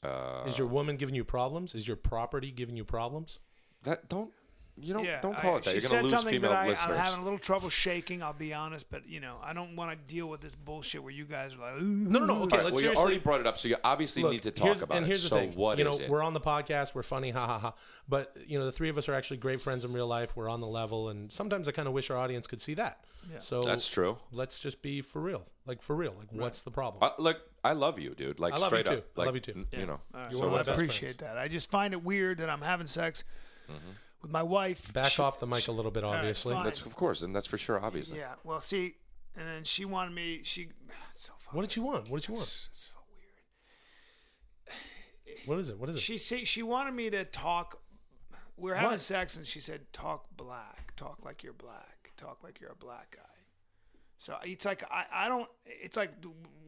Uh,
Is your woman giving you problems? Is your property giving you problems?
that don't you don't
yeah.
don't call
I-
it that.
She
You're
said
gonna lose
something
female
that I,
listeners.
I'm having a little trouble shaking. I'll be honest, but you know, I don't want to deal with this bullshit where you guys are like, Ooh.
No, no, no. Okay,
All right,
let's
well, you
seriously.
already brought it up, so you obviously
look,
need to
here's-
talk about
and
it.
here's the
So
thing.
what
you know,
is it?
We're on the podcast. We're funny, ha ha ha. But you know, the three of us are actually great friends in real life. We're on the level, and sometimes I kind of wish our audience could see that. So
That's true.
Let's just be for real, like for real. Like, what's the problem?
Uh, look, I love you, dude. Like
I love you
straight
too.
up.
I
Like,
love you too.
n- You know.
You're one
So
I
of
what's
my
up?
best
appreciate that. I just find it weird that I'm having sex
Mm-hmm.
with my wife.
Back
She-
off the mic a little bit, obviously.
fine.
That's of course, and that's for sure, obviously.
Yeah. Well, see, and then she wanted me. She. It's so fucking
what did you want? What did you want?
it's so weird.
What is it? What is it?
She say, she wanted me to talk. We were having
What?
sex, and she said, "Talk black. Talk like you're black. Talk like you're a black guy." So it's like I, I don't. It's like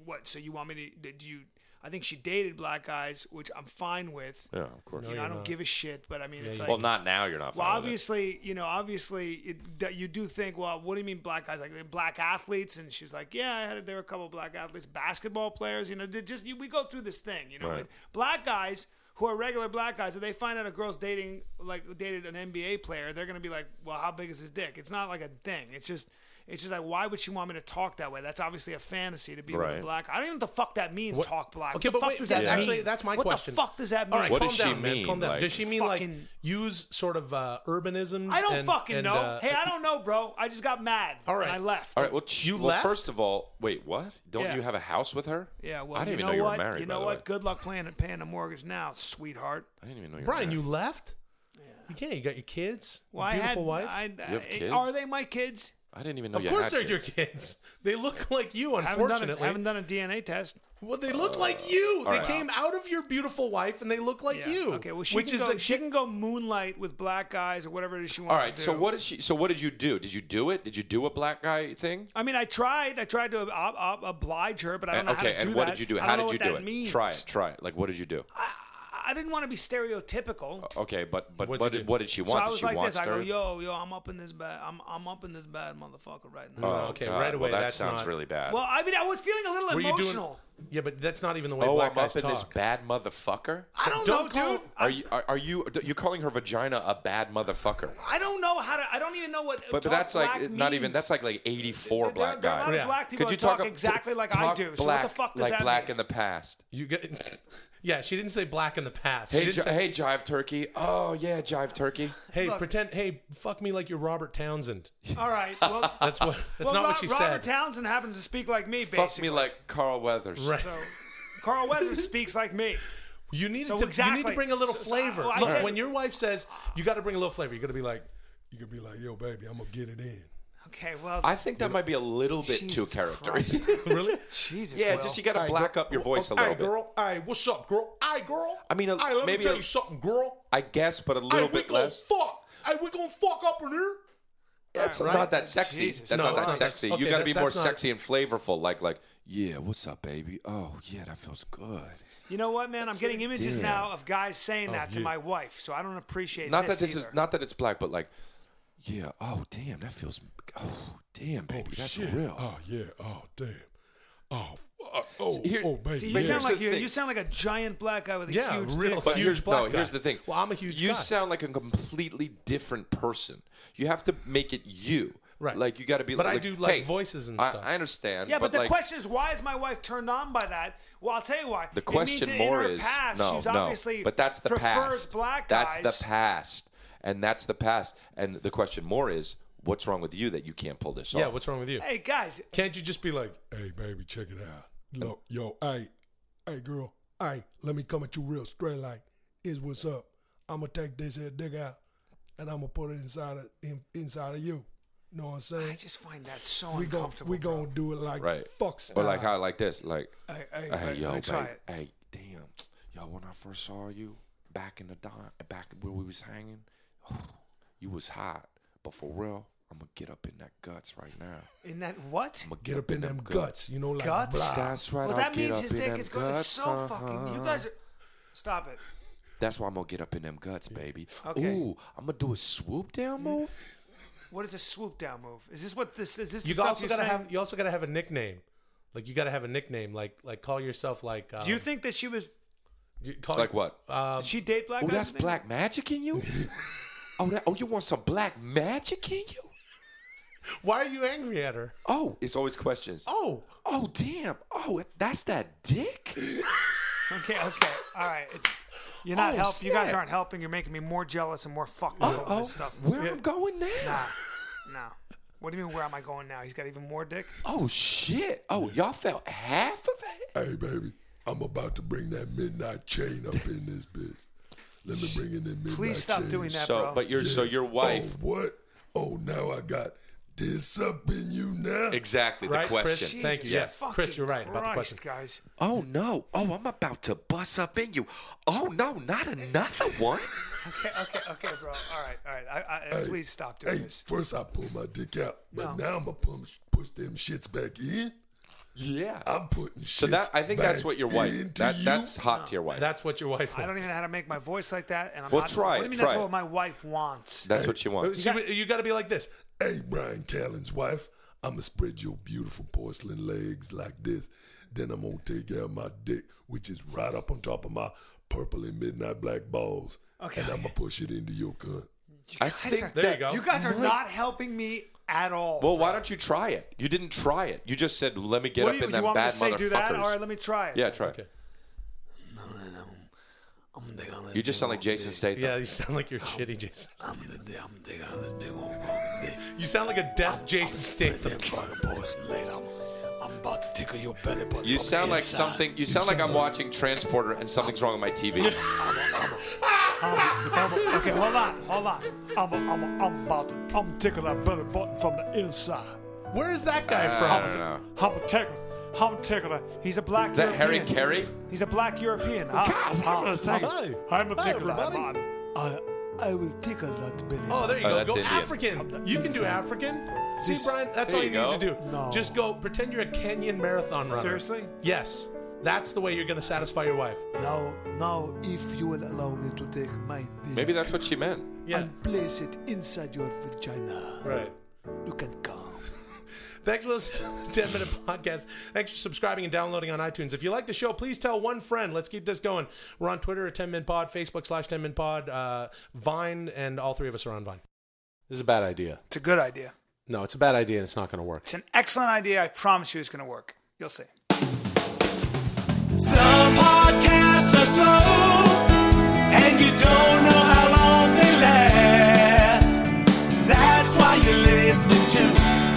what? So you want me to? Did you? I think she dated black guys, which I'm fine with.
Yeah, of course.
you know, I don't give a shit. But I mean, it's like
Well, not now. You're not.
well,
fine with it.
obviously, you know, obviously, it, that you do think, well, what do you mean black guys? Like black athletes? And she's like, yeah, I had there were a couple of black athletes, basketball players. You know, they just you, we go through this thing. You know,
Right.
with black guys who are regular black guys, if they find out a girl's dating like dated an NBA player, they're gonna be like, well, how big is his dick? It's not like a thing. It's just. It's just like, why would she want me to talk that way? That's obviously a fantasy to be with
Right.
a black. I don't even know what the fuck that means.
What-
Talk black.
Okay,
What the
but
fuck
wait,
does that
yeah,
mean?
actually, that's my
what
question.
the fuck does that mean?
All right,
What
calm
does she
down, man.
mean?
Calm down.
Like-
does she mean like
Fucking-
use sort of uh, urbanisms?
I don't
and-
fucking
and,
know.
uh,
hey, I don't know, bro. I just got mad.
All right.
And I left.
All right. Well, ch-
You
well,
left?
First of all, wait. What? Don't
Yeah.
you have a house with her?
Yeah, well,
I didn't
you
even
know
know,
what?
you were married.
You
by
know
the
what?
way.
Good luck playing paying a mortgage now, sweetheart.
I didn't even know you. were
Brian,
married.
you left. You can't. You got your kids,
Well,
beautiful
I had,
wife.
I,
You have
uh,
kids?
Are they my kids?
I I didn't even know.
Of
you
course
had
they're
kids.
your kids. They look like you,
I haven't done, a,
unfortunately.
haven't done a DNA test.
well,
Oh.
they look like you. They
right.
came out of your beautiful wife and they look like
Yeah.
you.
Okay, well she
which
can
is
go,
a-
she can go moonlight with black guys or whatever it is she wants
All
to
right.
do.
So what is she? So what did you do? Did you do it? Did you do a black guy thing?
I mean, I tried. I tried to ob- ob- oblige her, but I don't know
Eh, okay.
how to do
and what
that.
did you do?
I
How
don't
did
know
you
what
do
that
it?
means.
Try it. Try it. Like what did you do?
I didn't want to be stereotypical.
Okay, but but
What'd
what
you
did
do?
what did she
So
want?
I
did
was
Uh, she
like
want
this. I go,
stir-
yo, yo, I'm up in this bad. I'm, I'm up in this bad motherfucker right now.
Oh,
Okay,
God.
right away,
Well, that
that's
sounds
not-
really bad.
well, I mean, I was feeling a little
Were you doing-
emotional.
yeah, but that's not even the way
oh,
black
I'm
guys
up in
talk.
this bad motherfucker.
I don't,
Don't
know,
call-
dude.
Are you are, are you you're calling her vagina a bad motherfucker?
I don't know how to. I don't even know what.
But, but
talk
that's like
black
not even
means.
that's like like 84
There-
black
there are a lot
guy.
of
Yeah.
black people
Could you
that talk,
talk
exactly like
talk
I do.
Black,
so what the fuck does
like
that
black
mean?
in the past?
You get, yeah, she didn't say black in the past.
Hey,
she
Ji-
didn't say,
hey, Jive Turkey. Oh yeah, Jive Turkey.
hey, pretend, hey, fuck me like you're Robert Townsend.
All right. Well,
That's
that's
what. That's
well,
not
Rob,
what she said.
Robert Townsend happens to speak like me, basically.
Fuck me like Carl Weathers.
Right.
So Carl Weathers speaks like me.
you need
So
to. You need
exactly.
to bring a little
So- so I-
flavor.
well, I
Look,
said-
when your wife says you got to bring a little flavor, you got to be like, you got to be like, yo, baby, I'm gonna get it in.
Okay, well,
I think that might be a little bit too
Jesus
characteristic.
really?
Jesus.
yeah,
Will.
it's just you got to black up your voice a little
Hey,
bit.
girl. Hey, what's up, girl? Hey, girl.
I mean, a-
hey, let
maybe
me tell
a-
you something, girl.
I guess, but a
Hey,
little
we
bit
gonna
less.
fuck. Hey, we gonna fuck up in here.
That's
Right.
not that sexy.
Jesus
that's
No,
not
it's
that
not that-
sexy.
okay,
you got to
that-
be more
that's not-
sexy and flavorful. Like, like, yeah, what's up, baby? Oh, yeah, that feels good.
You know what, man? I'm getting images
did.
now of guys
Oh,
saying that to my wife, so I don't appreciate.
Not that this
either.
is not that it's black, but like, yeah. Oh, damn, that feels. Oh, damn, baby, that's real.
yeah. Oh damn. Oh fuck. Oh,
here- oh, baby,
See, you
But
sound
here's
like
the
you,
thing.
you sound like a giant black guy with a
Yeah,
huge
real
dick.
But
Huge
here's,
black
no,
guy.
here's the thing.
Well, I'm a huge
You
guy.
sound like a completely different person. You have to make it you.
Right.
Like you got to be.
But I
like,
do like
hey,
voices and
I-
stuff.
I understand.
Yeah, but, the
like,
question is, why is my wife turned on by that? Well, I'll tell you why.
The
It means
question
that
more
in her
is
past,
no,
she's
no.
obviously
but that's the
prefers
past.
black
that's
guys.
the past, and that's the past. And the question more is, what's wrong with you that you can't pull this off?
Yeah. What's wrong with you?
Hey guys,
Can't you just be like, hey, baby, check it out?
Look, yo, hey, hey, girl, hey, let me come at you real straight. Like, is what's up? I'ma take this here dick out, and I'ma put it inside of in, inside of you. Know what I'm
I
saying?
just find that so
we gon'
uncomfortable.
we gonna do it like
Right.
fuck
Or
style.
like how like this, like
Hey, hey,
hey,
hey,
yo,
let me try
babe,
it.
hey, damn, yo, when I first saw you back in the dime, back where we was hanging, you was hot, but for real, I'm gonna get up in that guts right now.
in that what?
I'm gonna
get up in them guts, you know, like
Guts?
blah.
That's right.
Well,
I'll
that
get
means
up
his
in
dick
them
is going. It's
guts,
so fucking. You
uh-huh.
guys are. Stop it.
That's why I'm gonna get up in them guts, baby.
Okay.
Ooh, I'm gonna do a swoop down move.
What is a swoop down move? Is this what this is? This the
You
stuff
also
you're
gotta
saying?
have. You also gotta have a nickname. Like you gotta have a nickname. Like like call yourself like. Um,
Do you think that she was?
you call
Like what?
Did she date black
Oh,
guys?
that's
you think?
black magic in you. oh, that, oh, you want some black magic in you?
Why are you angry at her?
Oh, it's always questions. Oh,
Oh,
damn. Oh, that's that dick.
Okay, okay, all right. It's you're not
Oh,
helping. You guys
snap.
aren't helping. You're making me more jealous and more fucked
Uh
up with
oh.
this stuff.
Where I'm going now?
Nah, no. What do you mean? Where am I going now? He's got even more dick.
Oh shit. Oh, y'all felt half of it.
Hey, baby, I'm about to bring that midnight chain up in this bitch. Let me bring in that midnight
Please stop
chain.
doing that, bro.
your so your
Oh, what? Oh, now I got this up in you now.
Exactly
Right, Chris?
Jesus
Thank you, yeah.
fucking
Chris, you're right about the
Christ,
question.
guys.
Oh no. Oh, I'm about to bust up in you. Oh no, not another one.
Okay, okay, okay, bro. All right, all right. I, I, please stop doing
Hey,
this.
first I pull my dick out, but
No.
now I'm gonna push, push them shits back in.
yeah.
I'm putting Oh, shits.
So that I think that's
back
what your wife.
into
That
you.
that's hot to your wife.
that's what your wife.
I don't
wants.
even know how to make my voice like that, and I'm
Well,
not. what
try it,
do you mean?
try
that's
it.
what my wife wants.
that's what you want.
You, you gotta be like this.
Hey, Brian Callen's wife, I'm gonna spread your beautiful porcelain legs like this. Then I'm gonna take out my dick, which is right up on top of my purple and midnight black balls,
Okay.
and I'm gonna push it into your cunt.
I
guys
think
are-
There
that-
you go.
You guys are not helping me at all.
Well, why don't you try it? You didn't try it. You just said, "Let me get
what
up
do you,
in
you
them
want me
bad
to say?
motherfuckers."
Do that? All right, let me try it.
yeah, try.
Okay.
it. You just sound like Jason Statham.
Yeah, you sound like you're shitty, Jason.
I'm the dick. I'm the dick. I'm the dick. I'm the dick.
You sound like a deaf Jason Statham.
Them fucking porcelain legs. I'm, I'm about to tickle your belly button.
You
from the
sound like
inside.
something. You sound like I'm watching Transporter and something's wrong with my TV.
I'm a, I'm a,
I'm a- okay, hold on, hold on. I'm, a, I'm, a, I'm about to, I'm tickling that belly button from the inside.
Where is that guy
I
from?
don't know.
I'm a tickler. I'm a tickler. He's a black
that
European.
Harry Carey?
He's a black European.
Ah,
Gosh, I'm gonna take it.
I'm, I'm a
Hi,
tickler.
everybody.
I'm,
Uh-huh.
I, I will tickle that belly.
Oh, there you
Oh,
go.
that's
Go
Indian.
African. You can do African. See,
This-
Brian, that's
There
all you,
you
need to do.
go.
No.
Just go pretend you're a Kenyan marathon runner.
Seriously?
Yes. That's the way you're going to satisfy your wife.
Now, now, if you will allow me to take my dick
Maybe that's what she meant.
Yeah.
and place it inside your vagina,
Right.
you can come.
Thanks for listening to the 10 Minute Podcast. Thanks for subscribing and downloading on iTunes. If you like the show, please tell one friend. Let's keep this going. We're on Twitter at 10 Min Pod, Facebook slash 10 Min Pod, uh, Vine, and all three of us are on Vine. This is a bad idea.
It's a good idea.
No, it's a bad idea and it's not going to work.
It's an excellent idea. I promise you it's going to work. You'll see.
Some podcasts are slow, and you don't know how long they last. That's why you're listening to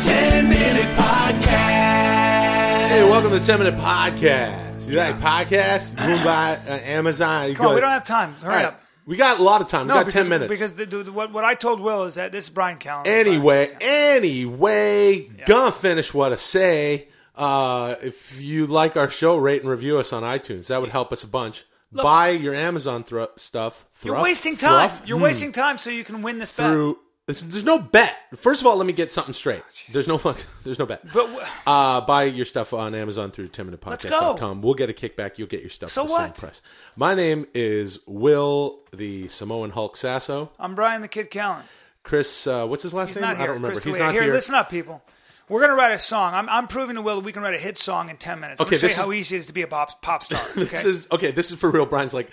10 Minute Podcast.
Hey, welcome to 10 Minute Podcast. You like podcasts? You go by uh, Amazon. You
Come on,
go-
we don't have time.
All
Hurry
right.
up.
We got a lot of time. we got
because,
10 minutes.
Because the, the, what, what I told Will is that this is Brian Callen.
Anyway, anyway, gonna finish what I say. Uh, if you like our show, rate and review us on iTunes. That would help us a bunch. Buy your Amazon thru- stuff.
You're
thruff-
wasting time.
thruff?
You're
Hmm.
wasting time so you can win this bet.
Through- There's- There's no bet. First of all, let me get something straight. There's no fuck. There's no bet.
Oh, But w-
uh, buy your stuff on Amazon through 10minutepodcast.com. We'll get a kickback. You'll get your stuff.
So
at the
what?
Same price. My name is Will, the Samoan Hulk Sasso.
I'm Brian the Kid Callen.
Chris, uh, what's his last
He's
name?
not here.
I don't remember.
Chris
He's
D'Elia.
not here.
Listen up, people. We're gonna write a song. I'm, I'm proving to Will that we can write a hit song in ten minutes. I'm
Okay,
gonna show you
this is-
how easy it is to be a pop, pop star. Okay?
This is okay. This is for real. Brian's like,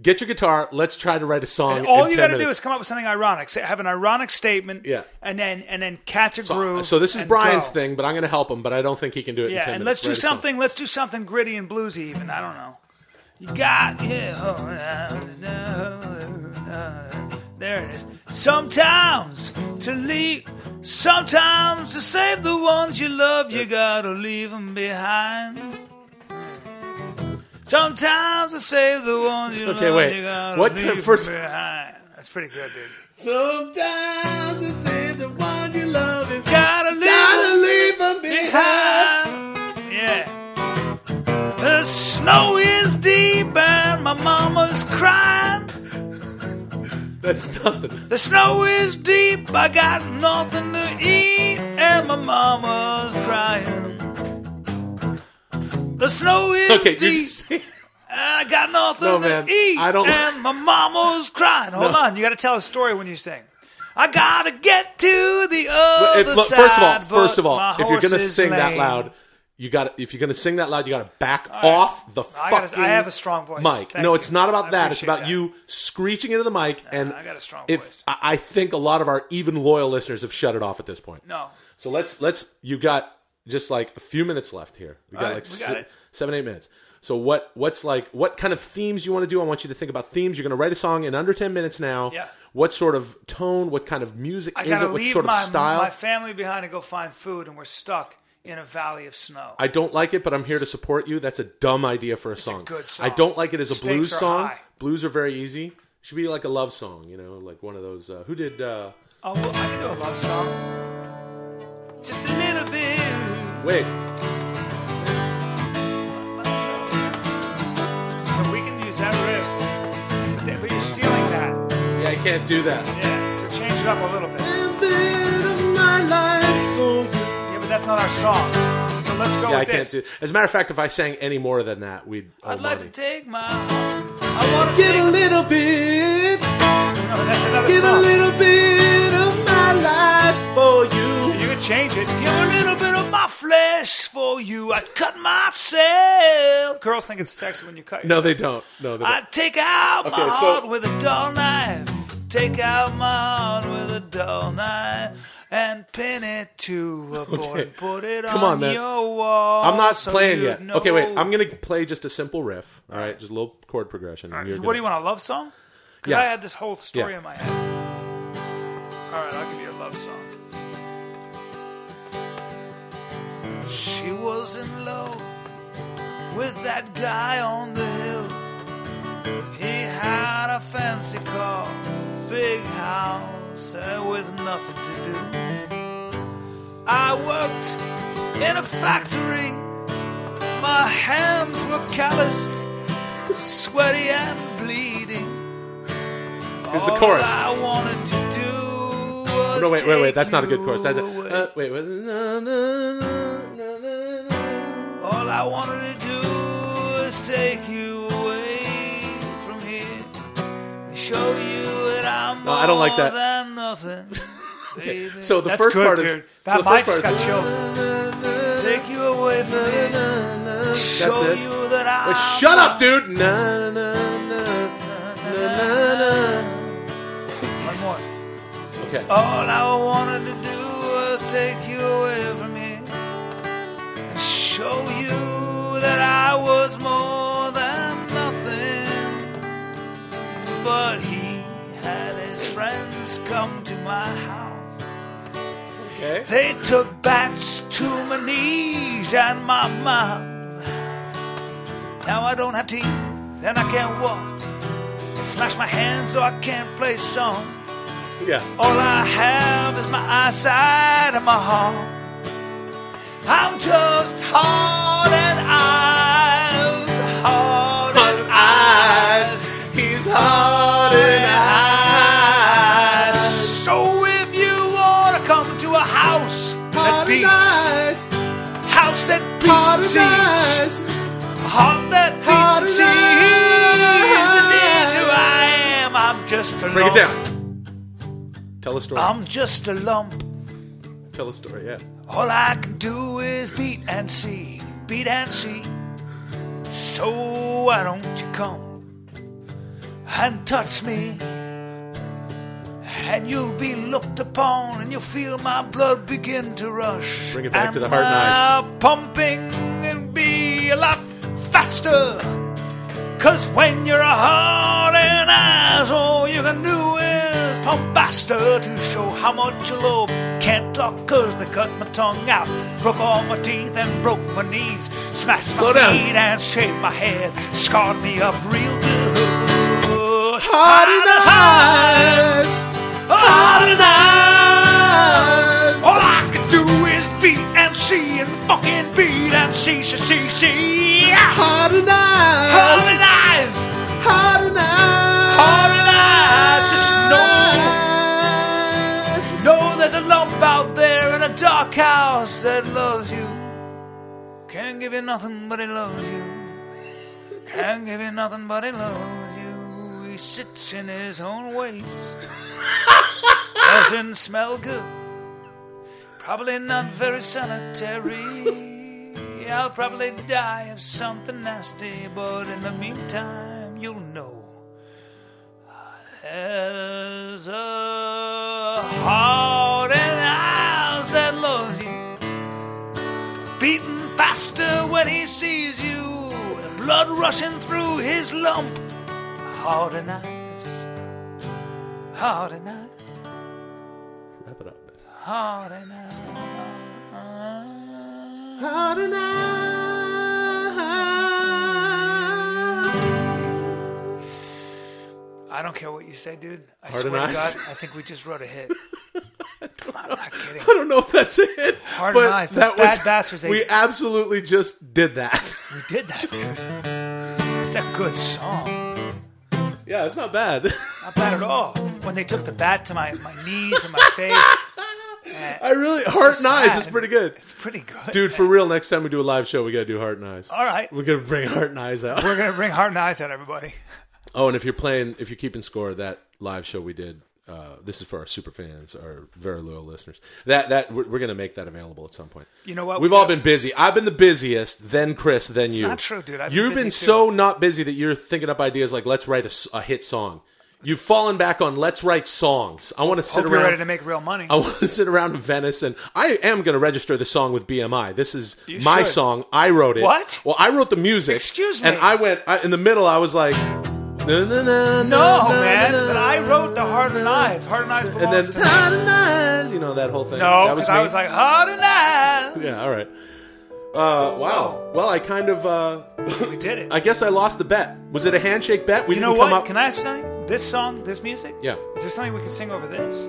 get your guitar. Let's try to write a song.
And all
in 10
you got to do
minutes."
is come up with something ironic. Say, have an ironic statement.
Yeah.
And then and then catch a
So,
groove.
so this is
and
Brian's
go.
thing, but I'm going to help him. But I don't think he can do it. in 10
Yeah. And
minutes.
let's do
Write a song.
something. Let's do something gritty and bluesy. Even I don't know. You got yeah. oh, There it is. Sometimes to leave, sometimes to save the ones you love, you gotta leave them behind. Sometimes to save the ones you
Okay,
love,
wait.
you gotta
What
leave
the first-
'em behind. That's pretty good, dude.
Sometimes it's in the one you love and
Gotta leave 'em
gotta leave 'em behind.
Yeah. The snow is deep and my mama's crying.
That's nothing.
The snow is deep, I got nothing to eat, and my mama's crying. The snow is
Okay,
deep,
you're just saying,
and I got nothing
No,
to
man,
eat,
I don't-
and my mama's crying. Hold on, you gotta tell a story when you sing. I gotta get to the other
if, look,
side.
first of all,
but
first of all,
my
if you're gonna
horse is
sing that
lame.
loud, you got to if you're gonna sing that loud, you got to back off the
I
fucking.
gotta- I have a strong voice.
Mike.
Thank
no,
you.
it's not
I
about that. It's
appreciate
about
that.
you screeching into the mic. and
I got a strong
if,
voice.
I, I think a lot of our even loyal listeners have shut it off at this point.
No,
So let's let's you got just like a few minutes left here. We got
right,
like
we got
se-
it.
seven eight minutes. So what what's like what kind of themes you want to do? I want you to think about themes. You're going to write a song in under ten minutes now.
Yeah.
What sort of tone? What kind of music
I
is
gotta
it? What
leave
sort
my,
of style?
my family behind and go find food, and we're stuck in a valley of snow.
I don't like it, but I'm here to support you. That's a dumb idea for a song.
good
I
song.
don't like it as a
Stakes
blues
are
song.
high.
Blues are very easy. Should be like a love song, you know, like one of those. Uh, who did? Uh,
oh, well, I can do a love song. Just a little bit.
wait,
So we can use that riff, but, then- but you're stealing that.
yeah, I can't do that.
Yeah. So change it up a little bit. Yeah, but that's not our song. So let's go
Yeah,
with
I can't
this.
do. As a matter of fact, if I sang any more than that, we'd. owe
I'd like
money.
to take my. I want to
Give
take
a little bit,
No, that's another
give a
song.
little bit of my life for you.
You can change it. Give a little bit of my flesh for you. I'd cut myself. Girls think it's sexy when you cut
No,
yourself.
they don't. No, they don't.
I'd take out my
Okay, so-
heart with a dull knife. Take out my heart with a dull knife. And pin it to a board. and Put it
Come
on,
on, man.
your wall.
I'm not
so
playing
you'd
yet. Okay, wait.
know.
I'm gonna play just a simple riff. All right, just a little chord progression. and you're
What
gonna-
do you want? A love song? Because
Yeah.
I had this whole story
Yeah.
in my head. All right, I'll give you a love song. She was in love with that guy on the hill. He had a fancy car, big house, and with nothing to do. I worked in a factory, my hands were calloused, sweaty and bleeding.
Here's the
All
chorus.
I wanted to do was
No, wait, wait, wait. That's
take
not a good chorus. That's a,
you away.
uh, wait, wait. na, na, na, na, na, na.
All I wanted to do was take you away from here and show you that I'm
No, I don't like
more
that.
than nothing.
Okay,
baby.
So the first part is so the first part is
Take you away from here.
That's
show
this.
you that I'm
Wait, shut up, dude. Na, na,
One more.
Okay.
All I wanted to do was take you away from here and show you that I was more than nothing. But he had his friends come to my house.
Okay.
They took bats to my knees and my mouth. Now I don't have teeth and I can't walk. They smashed my hands so I can't play songs.
Yeah.
All I have is my eyesight and my heart. I'm just hard and eyes, hard and eyes. He's hard and eyes. So if you wanna come to a house that beats, house that beats and
Hard and
sees, heart that beats and sees, this is who I am. I'm just a
Break it
lump.
down. Tell a story.
I'm just a lump.
Tell a story. Yeah.
All I can do is beat and see, beat and see. So why don't you come and touch me? And you'll be looked upon, and you'll feel my blood begin to rush.
Bring it back to the heart and eyes.
My pumping and be a lot faster. Cause when you're a hard and eyes, all you can do is pump faster to show how much you love. Can't talk cause they cut my tongue out, broke all my teeth and broke my knees, smashed
Slow
my
down.
feet and shaved my head, scarred me up real good.
Hard and eyes.
Hard and eyes. All I can do is beat and see and fucking beat and see, see, see, see. Hard and eyes. Hard and eyes. Hard and eyes. Hard and eyes. Just know. Know there's a lump out there in a dark house that loves you. Can't give you nothing but he loves you. Can't give you nothing but he loves you. He sits in his own ways. Doesn't smell good. Probably not very sanitary. I'll probably die of something nasty, but in the meantime, you'll know. There's a heart and eyes that loves you beating faster when he sees you. The blood rushing through his lump. Hard and eyes. Hard and eyes.
Wrap it up. man.
Hard and eyes.
Hard and
I don't care what you say, dude. I
Hard and
swear to
eyes.
God, I think we just wrote a hit. I'm not kidding.
I don't know if that's it.
Hard
but
and eyes.
That
That
was,
bad bastards.
we absolutely just did that.
we did that, dude. It's a good song.
Yeah, it's not bad.
Not bad at all. When they took the bat to my, my knees and my face.
I really
It's so
heart and eyes
sad.
is pretty good.
It's pretty good.
Dude, for real, next time we do a live show, we gotta do heart and eyes.
All right.
We're gonna bring heart and eyes out.
We're gonna bring hard and eyes at everybody.
Oh, and if you're playing, if you're keeping score, that live show we did, uh, this is for our super fans, our very loyal listeners. That that we're, we're gonna make that available at some point.
You know what?
We've all been busy. I've been the busiest, then Chris, then you.
not true, dude. I've been
You've
busy
been
too.
so not busy that you're thinking up ideas like let's write a s- a, hit song. You've fallen back on let's write songs. I want to sit
Hope
around.
you're ready to make real money.
I want to sit around in Venice, and I am going to register the song with BMI. This is
You
my
should.
song. I wrote it.
What?
Well, I wrote the music. Excuse
me.
And I went I, in the middle. I was like, no, no, no,
No, man. But I wrote the Hard and Eyes. Hard and Eyes
And
belongs
then
to me.
you know that whole thing.
No,
that
'cause I
me.
was like, Hard and Eyes.
yeah, all right. Uh, wow. Well, I kind of. Uh,
we did it.
I guess I lost the bet. Was it a handshake bet? We
you
didn't
know
come
what?
up.
Can I ask you something? This song, this music?
Yeah.
Is there something we can sing over this?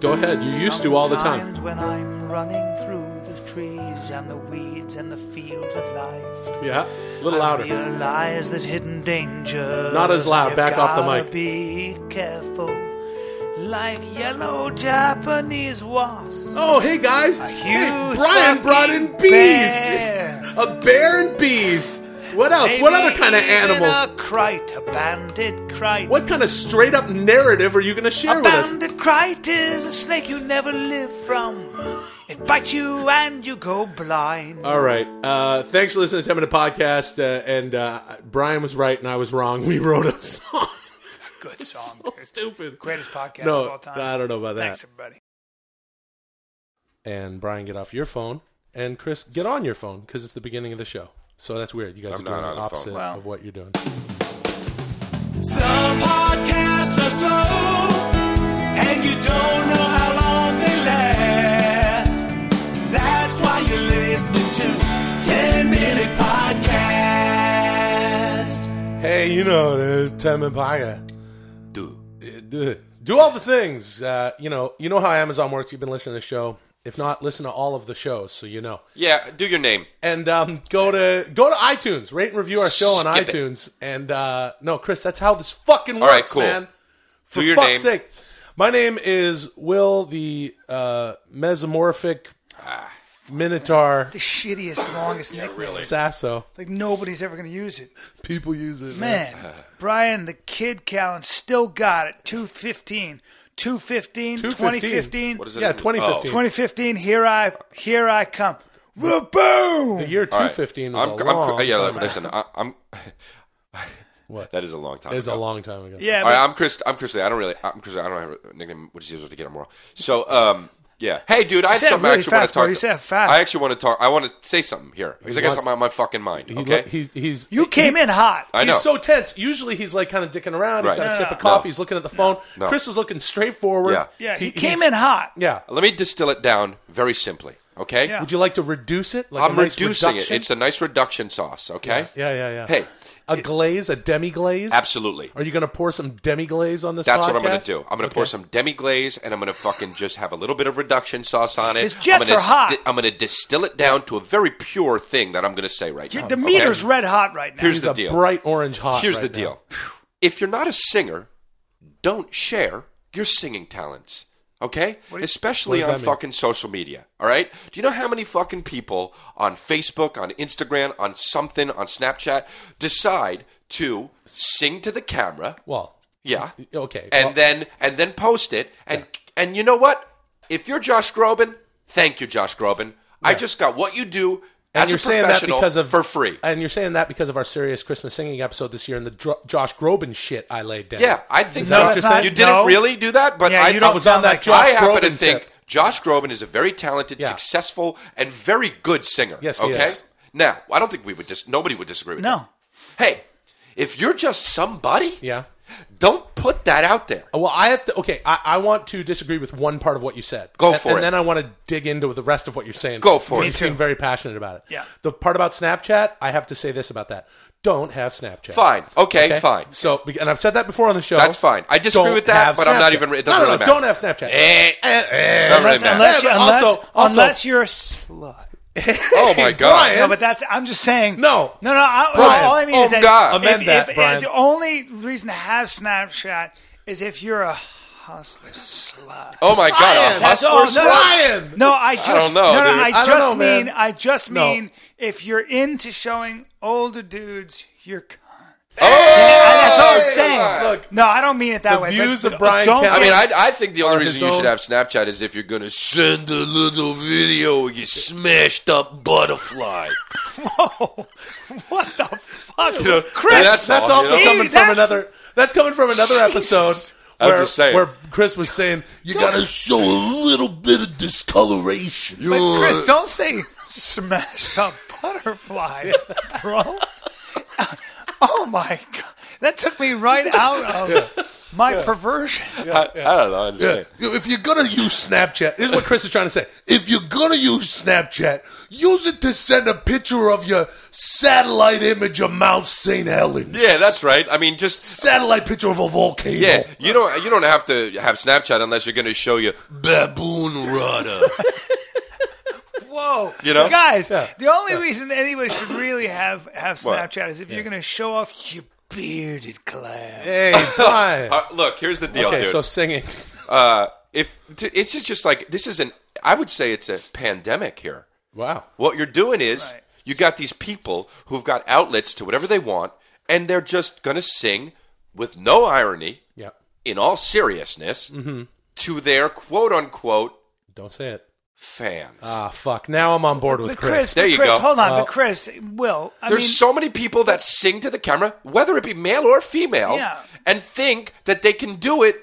Go ahead. You used to all the time.
Sometimes when I'm running through the trees and the weeds and the fields of life,
Yeah. A little
I
louder.
realize there's hidden danger.
Not as loud.
You've
Back off the
gotta
mic.
Be careful, like yellow Japanese wasps.
Oh, hey guys.
A
Hey,
huge
Brian brought in
fucking
bees.
bear.
a bear and bees. What else? what
Maybe
other kind of
even
animals?
A kite, a banded kite.
What kind of straight up narrative are you going to share
a
with us?
banded kite is a snake you never live from. It bites you and you go blind.
All right. Uh, thanks for listening to 10 Minute Podcast. Uh, and uh, Brian was right and I was wrong. We wrote a song.
Good song.
stupid.
Greatest podcast of all
no,
time.
I don't know about that.
Thanks, everybody.
And Brian, get off your phone. And Chris, get on your phone because it's the beginning of the show. So that's weird. You guys
I'm
are doing
not
the
on the phone.
opposite
Well.
of what you're doing.
Some podcasts are slow, and you don't know how long they last. That's why you're listening to 10 Minute Podcast.
Hey, you know, there's Tim and Paya. Do. do do all the things. Uh, you know, you know how Amazon works. You've been listening to the show. If not, listen to all of the shows so you know.
Yeah, do your name.
And um, go to go to iTunes, rate and review our show on
Skip it.
iTunes. And uh, no, Chris, that's how this fucking
All right,
works,
cool.
man. For
Do your
fuck's
name.
sake, my name is Will the uh, mesomorphic
Ah.
minotaur
The shittiest, longest nickname.
Sasso.
Like nobody's ever gonna use it.
People use it,
Man, Brian, the kid Callen still got it. 215. 215, 2015.
What is it? Yeah, 2015.
Oh,
2015, here I here I come. Boom!
The year
All right.
215
I'm,
was a
I'm-
long
Yeah,
time
listen, I, I'm.
What?
That is a long time.
It's a
ago.
long time ago.
Yeah,
All right,
but-
I'm Chris. I'm Chris. Lee. I don't really. I'm Chris. Lee. I don't have a nickname, which is useful to get them wrong. So, um, yeah. Hey, dude, I
You
have
said it
something I
really
actually want
fast,
to
bro.
talk.
You said it fast.
I actually want to talk. I want to say something here because
He
I got
wants-
something on my fucking mind.
He
Okay.
lo- he's, he's
You came in hot.
I know.
He's so tense. Usually he's like kind of dicking around. He's
Right.
got a
No,
sip
no,
of
no.
coffee.
No.
He's looking at the phone.
No.
Chris is looking straight forward.
Yeah.
Yeah, he,
He-
came
he's- Oh,
in hot.
Yeah.
Let me distill it down very simply. Okay.
Would you like to reduce it? Like a
I'm
nice
reducing
reduction?
it. It's a nice reduction sauce. Okay.
Yeah, yeah, yeah.
Hey.
a glaze, a demi glaze.
Absolutely.
Are you going to pour some demi glaze on this?
That's what I'm going
going
to do. I'm going to pour some demi glaze and I'm going to fucking just have a little bit of reduction sauce on it.
His jets
I'm gonna
are hot.
sti- I'm going to distill it down to a very pure thing that I'm going to say right
You-
now.
the
okay?
meter's red hot right now.
Here's
He's
the
a
deal.
bright orange hot.
Here's
right
the
now.
deal. If you're not a singer, don't share your singing talents. Okay? Especially
what does
on
that mean?
fucking social media. All right? Do you know how many fucking people on Facebook, on Instagram, on something, on Snapchat decide to sing to the camera?
Well,
Yeah.
okay.
And
well,
then and then post it and and you know what? If you're Josh Groban, thank you Josh Groban. I just got what you do
and
as
you're
a
saying that
professional
because of
for free.
and you're saying that because of our serious Christmas singing episode this year and the Dro- Josh Groban shit I laid down.
Yeah, I think
Is
so.
that what you're saying?
You didn't
no.
really do that, but
Yeah,
I,
you don't
I was on
sound
that.
like
Josh I
Josh
happen to
Groban
think
tip.
Josh Groban is a very talented,
Yeah.
successful, and very good singer.
Yes, he
okay.
is.
Now, I don't think we would just nobody would disagree with
No.
that. Hey, if you're just somebody,
Yeah. Oh.
don't put that out there.
Well, I have to. Okay, I, I want to disagree with one part of what you said.
Go
And-
for
and
it.
then I want to dig into the rest of what you're saying.
Go for
because
it.
You
Me
seem very passionate about it.
Yeah.
The part about Snapchat, I have to say this about that. Don't have Snapchat.
Fine. Okay, fine.
So, be- and I've said that before on the show.
That's fine. I disagree
Don't
with that,
have
but I'm not
Snapchat.
even- it doesn't
no, no,
really
no,
matter.
Don't have Snapchat.
Eh,
Eh, eh,
Doesn't really
unless,
matter.
Unless, you,
Yeah, but
unless,
also- also-
unless you're a slut.
Oh my god.
Brian.
No, but that's. I'm just saying.
No.
No, no. I,
Brian.
all I mean
Oh,
is that
God.
if-
Amend
if-
that,
if-
Brian.
the only reason to have Snapchat is if you're a hustler slut.
Oh my god.
Brian.
A hustler.
all.
That's- oh, no, no. Brian.
No, I just
don't
No,
know,
no,
dude.
I
I don't
just
know, man.
mean I just
No.
mean if you're into showing older dudes your cunt.
Oh,
that's all I'm
hey,
saying.
look.
No, I don't mean it that
The
way.
views
but
of Brian
don't
Callen-
I
get-
mean, I, I think the only
his
reason you should
own-
have Snapchat is if you're going to send a little video, you smashed up butterfly.
what the fuck,
You know,
Chris?
and that's
That's
all, you
also
know?
coming from
That's-
another. That's coming from another episode.
I'm
Where,
just saying.
where Chris was saying,
You gotta show a little bit of discoloration.
But Chris, don't say smash a butterfly, bro. oh my god, that took me right out of my perversion.
I, I don't know. I just
Yeah.
say-
If you're gonna use Snapchat, this is what Chris is trying to say. If you're gonna use Snapchat, use it to send a picture of your satellite image of Mount St. Helens.
Yeah, that's right. I mean, just
satellite picture of a volcano.
Yeah, you don't you don't have to have Snapchat unless you're going to show you
baboon rudder.
Whoa,
You know?
guys,
Yeah.
the only
Yeah.
reason anybody should really have have
What?
Snapchat is if you're going to show off your bearded clown.
Hey,
Uh, look, here's the deal,
Okay,
dude.
so singing.
Uh, if t- it's just just like this is an, I would say it's a pandemic here.
Wow.
What you're doing is you got these people who've got outlets to whatever they want, and they're just gonna sing with no irony,
Yeah.
in all seriousness,
Mhm.
to their quote unquote
Don't say it.
fans.
Ah, fuck. Now I'm on board with
But
Chris.
Chris, there
but
you
Chris,
go.
Hold on,
Well-
but Chris, Will, I
There's
mean,
so many people that sing to the camera, whether it be male or female,
Yeah.
and think that they can do it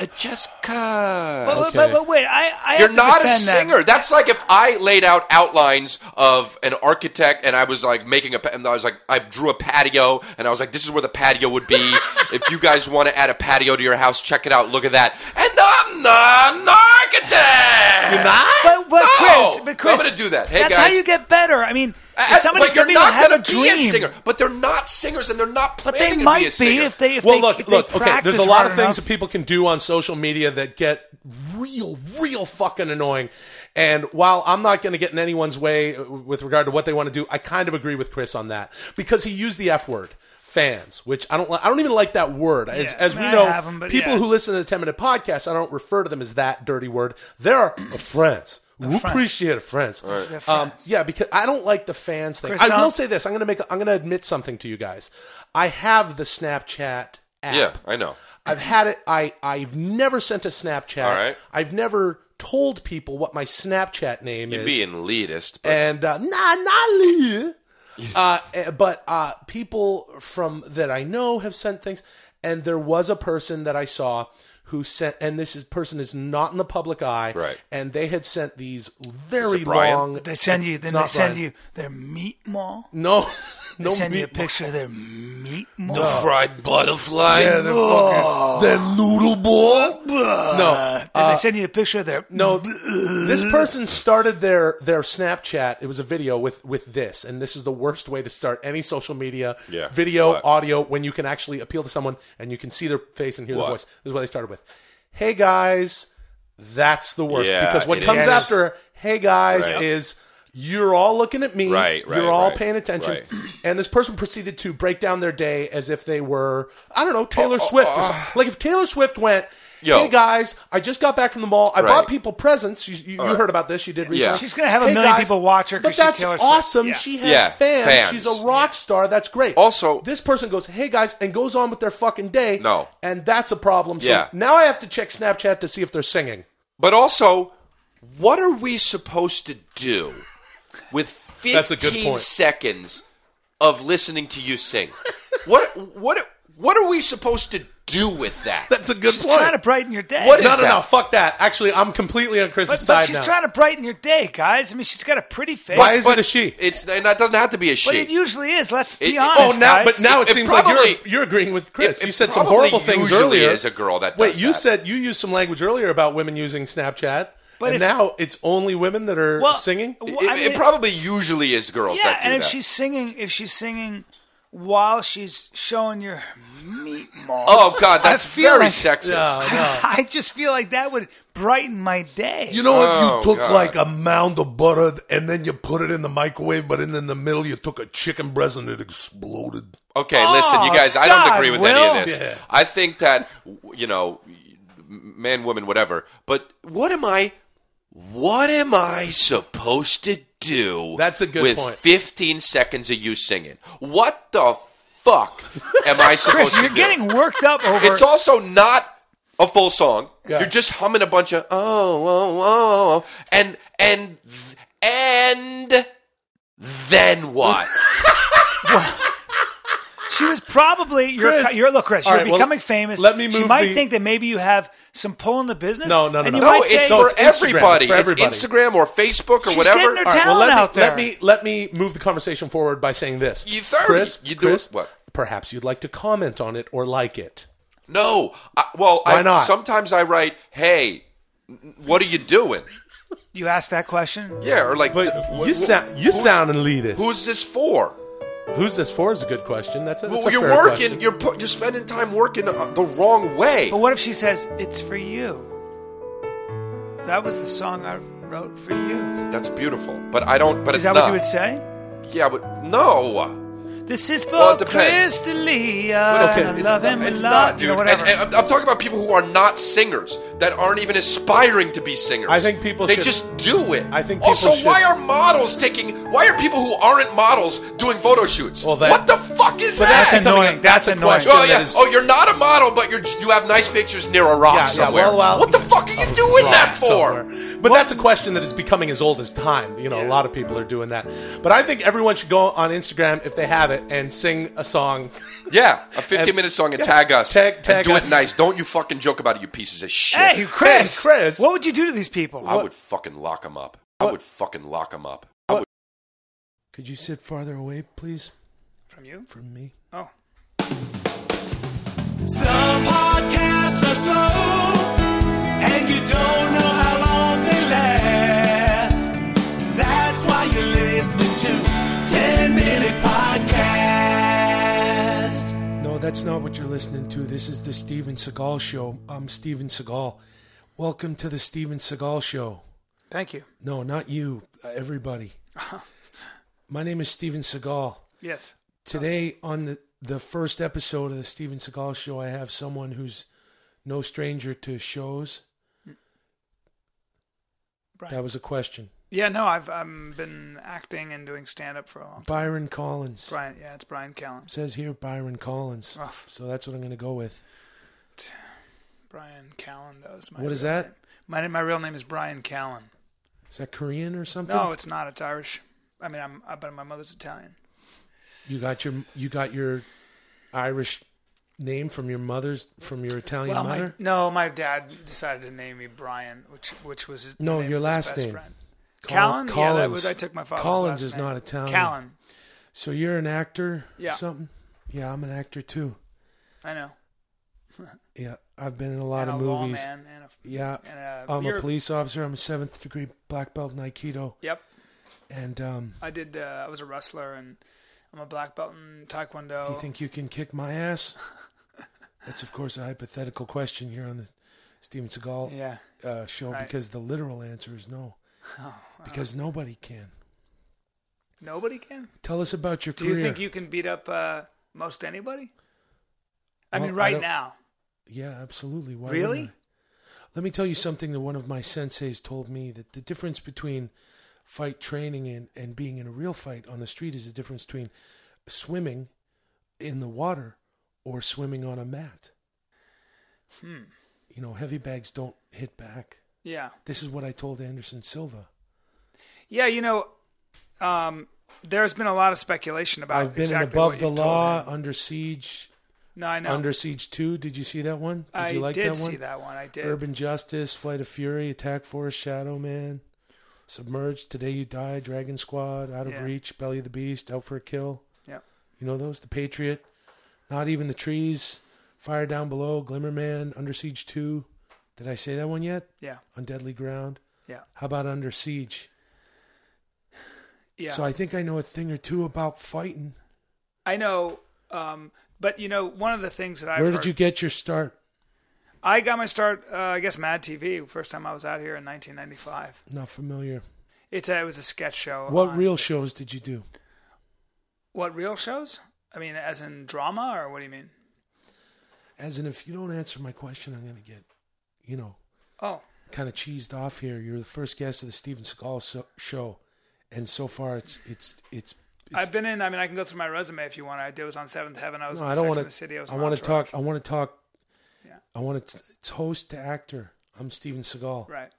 uh, just cause.
but, but- but, but wait, I, I
You're
have to
not a
defend them.
singer. That's like if I laid out outlines of an architect and I was like making a, pa- and I was like, I drew a patio and I was like, this is where the patio would be. if you guys want to add a patio to your house, check it out. Look at that. And I'm not an architect. You're not?
But, but
No!
Chris, but Chris,
I'm going to do that. Hey,
that's
guys.
how you get better. I mean,
I-
somebody,
but
some
you're
people
not
have
gonna
a
be
dream.
a singer, but they're not singers and they're not planning
they
to
might
be
be
a singer.
if they- if
well, look, look. Okay,
practice
there's a lot
hard
of things
enough.
that people can do on social media that get real, real fucking annoying. And while I'm not going to get in anyone's way uh, with regard to what they want to do, I kind of agree with Chris on that because he used the F word. Fans, which I don't, li- I don't even like that word. As,
Yeah,
as
I
we
mean, I
know,
have 'em, but
people
yeah.
who listen to the 10 minute podcast, I don't refer to them as that dirty word. They're friends. We appreciate friends.
They're
Um, yeah, because I don't like the fans thing.
Chris,
I
don't-
will say this. I'm gonna make. I'm gonna admit something to you guys. I have the Snapchat app.
Yeah, I know.
I've had it. I I've never sent a Snapchat.
All right.
I've never told people what my Snapchat name
You're
is.
being elitist.
Eh.
But
and uh, nah, not Lee. uh, eh, but uh, people from that I know have sent things, and there was a person that I saw who sent, and this is, person is not in the public eye,
Right.
And they had sent these very
it Brian?
long.
They send you-
It's
then
not
they send
Brian.
you their meatball.
No,
They
no
send you a
meatball.
picture of their meatball.
The fried butterfly?
Yeah, the
Oh.
fucking that noodle boy.
No,
Did
uh,
they send you a picture of their
No, this person started their their Snapchat. It was a video with with this, and this is the worst way to start any social media
Yeah,
video
what?
audio when you can actually appeal to someone and you can see their face and hear
What?
their voice. This is what they started with. Hey guys, that's the worst
Yeah,
because what
it
comes
is.
after hey guys
Right.
is you're all looking at me.
Right, right,
you're all
right,
paying attention.
right.
And this person proceeded to break down their day as if they were, I don't know, Taylor Swift. or something. Like if Taylor Swift went,
Oh, Yo.
hey guys, I just got back from the mall. I
Right.
bought people presents. You, you, you
All right.
heard about this. She did
Yeah.
recently.
She's gonna have
a million people watch her 'cause
But
she's
that's
Taylor Swift.
awesome.
Yeah.
She has
Yeah,
fans.
fans.
She's a rock star. That's great. Also, this person goes, hey guys, and goes on with their fucking day.
No.
And that's a problem. So
Yeah.
now I have to check Snapchat to see if they're singing.
But also, what are we supposed to do with 15
That's a good point.
seconds of listening to you sing? what what what are we supposed to do with that?
That's a good
She's trying to brighten your day.
no, no, no. Fuck that. Actually, I'm completely on
But,
Chris's
but
side
she's
now.
trying to brighten your day, guys. I mean, she's got a pretty face.
Why is it a she?
It's and that doesn't have to be a
But
she.
it usually is. Let's be
It-
honest.
oh, now,
guys.
but now it, seems like
probably-
you're you're agreeing with Chris.
it- it
you said some
probably
horrible things
usually
earlier.
is a girl that
Wait,
does
you
that.
said you used some language earlier about women using Snapchat,
But
and
if-
now it's only women that are
Well,
singing.
well, I It- it mean-
probably usually is girls
yeah, and if she's singing, if she's singing while she's showing your meatball.
Oh, God, that's
I feel
very
like-
sexist. No, no.
I just feel like that would brighten my day.
You know,
Oh,
if you took
God.
like a mound of butter and then you put it in the microwave, but in, in the middle you took a chicken breast and it exploded.
Okay, listen, you
Oh,
guys, I
God,
don't agree with any
Will.
of this.
Yeah.
I think that you know, man, woman, whatever. But what am I? What am I supposed to do? That's a
good
with
point.
Fifteen seconds of you singing. What the fuck am I
Chris,
supposed to
you're
do?
getting worked up over.
oh, It's also not a full song. You're just humming a bunch of oh oh oh, oh and and and then what?
She was probably you're,
Chris.
cu- you're look, Chris.
All
You're
right, well,
becoming famous.
let me
She
move
might
the-
think that maybe you have some pull in the business.
No, no, no,
and
no.
You
No,
might
it's
say,
for It's Instagram.
everybody.
It's for everybody.
It's Instagram or Facebook or
She's
whatever.
getting her
All right, well,
talent
let me,
out there.
Let me let me move the conversation forward by saying this. You
thirty.
Chris?
You do
Chris,
it- what?
Perhaps you'd like to comment on it or like it.
No. I, well,
Why
I,
not?
Sometimes I write, "Hey, what are you doing?"
You asked that question?
Yeah, or like, d- wh-
You
wh-
sound you
who's-
sound elitist.
Who's this for?
Who's this for? Is a good question. That's a, that's
Well,
a
you're
fair
working.
question.
You're pu- you're spending time working uh, the wrong way.
Oh.
But what if she says, It's for you? That was the song I wrote for you.
That's beautiful, but I don't. But
Is
it's
that
not.
what you would say?
Yeah, but no.
This is for
Well, it depends.
Crystalia.
Okay.
and I
It's
love
not-
him
It's
and love
not,
you
dude.
know,
And-
whatever.
and I'm, I'm talking about people who are not singers, that aren't even aspiring to be singers.
I think people
they
should-
just do it. I think.
people
Also,
should-
why are models taking? Why are people who aren't models doing photo shoots? Well,
that-
what the fuck is
But
that?
that's annoying. That's That's a annoying. question
Oh yeah.
that is-
Oh, you're not a model, but you're you have nice pictures near a rock
Yeah, yeah,
somewhere.
well, well-
what the fuck are you doing that for?
But that's a question that is becoming as old as time. You know, a lot of people are doing that. But I think everyone should go on Instagram if they have it and sing a song.
Yeah, a 15 minute song and
yeah.
tag us.
Tag, tag
and do
us.
it nice. Don't you fucking joke about it, you pieces of shit.
Hey, Chris, Chris, what would you do to these people?
I would fucking lock him up. I would fucking lock him up.
Could you sit farther away, please?
From you?
From me.
Oh.
Some podcasts are slow, and you don't know how long they last. That's why you're listening to 10 Minute Podcast.
No, that's not what you're listening to. This is the Steven Seagal Show. I'm Steven Seagal. Welcome to the Steven Seagal Show.
Thank you.
No, not you. uh, Everybody. My name is Steven Seagal.
Yes.
Today on the, the first episode of the Steven Seagal Show, I have someone who's no stranger to shows.
Right.
That was a question.
Yeah, no, I've um, been acting and doing stand up for a long time.
Byron Collins.
Brian, yeah, it's Brian Callen.
says here Byron Collins.
Oh.
So that's what I'm going to go with.
Brian Callen, though. Is my
What is
real
that?
name. My, my real name is Brian Callen.
Is that Korean or something?
No, it's not. It's Irish. I mean, I'm, I- but my mother's Italian.
You got your you got your Irish name from your mother's from your Italian
well, Oh, my,
mother.
no, my dad decided to name me Brian, which which was his, the
no,
name
your
of his
last
best
name.
Friend.
Col-
Callen? Yeah, that was I took my father's
Collins
last
is
name.
not Italian.
Callen.
So you're an actor.
Yeah.
Or something. Yeah, I'm an actor too.
I know.
Yeah, I've been in a lot
And
of
a
movies.
lawman and a-
yeah,
and a-
I'm a
you're-
police officer. I'm a seventh degree black belt in Aikido.
Yep.
And um,
I did. Uh, I was a wrestler, and I'm a black belt in Taekwondo.
Do you think you can kick my ass? That's of course a hypothetical question here on the Steven Seagal
Yeah.
uh, show
Right.
because the literal answer is no,
Oh,
because nobody can.
nobody can?
Tell us about your
Do
career.
you think you can beat up uh, most anybody? I
Well,
mean,
I
right
don't-
now.
Yeah, absolutely. Why
Really?
wouldn't I? Let me tell you something that one of my senseis told me that the difference between fight training and, and being in a real fight on the street is the difference between swimming in the water or swimming on a mat.
Hmm.
You know, heavy bags don't hit back.
Yeah.
This is what I told Anderson Silva.
Yeah, you know, um, there's been a lot of speculation about
I've been in
exactly
above
what
the
you've told
law,
him.
under siege,
No, I know.
under siege two. Did you see that one? Did
I
you like
did
that one?
see that one. I did.
Urban Justice, Flight of Fury, Attack Force, Shadow Man, Submerged, Today You Die, Dragon Squad, Out of
Yeah.
Reach, Belly of the Beast, Out for a Kill.
Yep.
You know those? The Patriot, Not Even the Trees, Fire Down Below, Glimmer Man, Under Siege Two. Did I say that one yet?
Yeah.
On Deadly Ground.
Yeah.
How about Under Siege?
Yeah.
So I think I know a thing or two about fighting.
I know. Um, but you know, one of the things that I've
Where
heard,
did you get your start?
I got my start, uh, I guess, Mad TV. First time I was out here in 1995.
Not familiar.
It's a, it was a sketch show.
What
on-
real shows did you do?
What real shows? I mean, as in drama, or what do you mean?
As in, if you don't answer my question, I'm going to get, you know,
Oh,
kind of cheesed off here. You're the first guest of the Steven Seagal so- show, and so far it's it's it's.
I've been in. I mean, I can go through my resume if you want. I did was on Seventh Heaven. I was.
no,
on
I don't
Sex
want
and the City. I
to.
was
I
on
want to
Entourage.
talk. I want to talk.
Yeah.
I want to. It's host to actor. I'm Steven Seagal.
Right.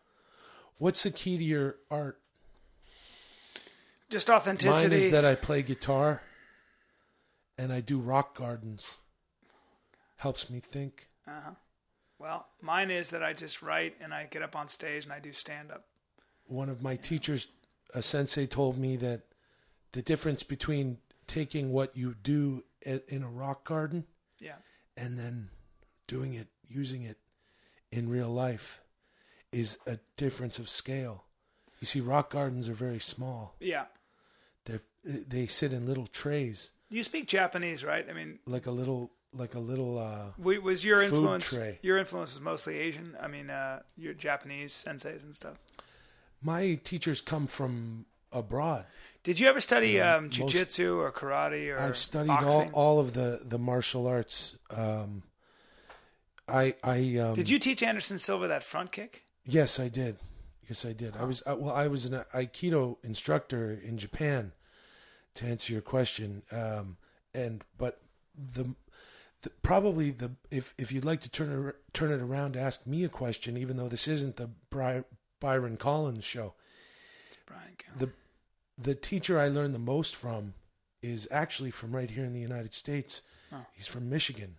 What's the key to your art?
Just authenticity.
Mine is that I play guitar, and I do rock gardens. Helps me think.
Uh-huh. Well, mine is that I just write and I get up on stage and I do stand up.
one of my teachers, a sensei, told me that the difference between taking what you do i- in a rock garden
Yeah.
and then doing it, using it in real life is a difference of scale. You see, rock gardens are very small.
Yeah.
They they sit in little trays,
You speak Japanese, right? I mean,
like a little like a little. Uh,
w- was your
food
influence
tray.
your influence was mostly Asian? I mean, uh, your Japanese senseis and stuff.
My teachers come from abroad.
Did you ever study
Yeah,
um,
most-
jujitsu or karate or
I've studied all,
boxing?
all of the the martial arts. Um, I I um,
Did you teach Anderson Silva that front kick?
Yes, I did. Yes, I did. I was uh, well. I was an Aikido instructor in Japan. To answer your question, um, and but the, the probably the if if you'd like to turn it, ar- turn it around, ask me a question. Even though this isn't the Bry, Byron Collins show, the the teacher I learned the most from is actually from right here in the United States.
Oh.
He's from Michigan.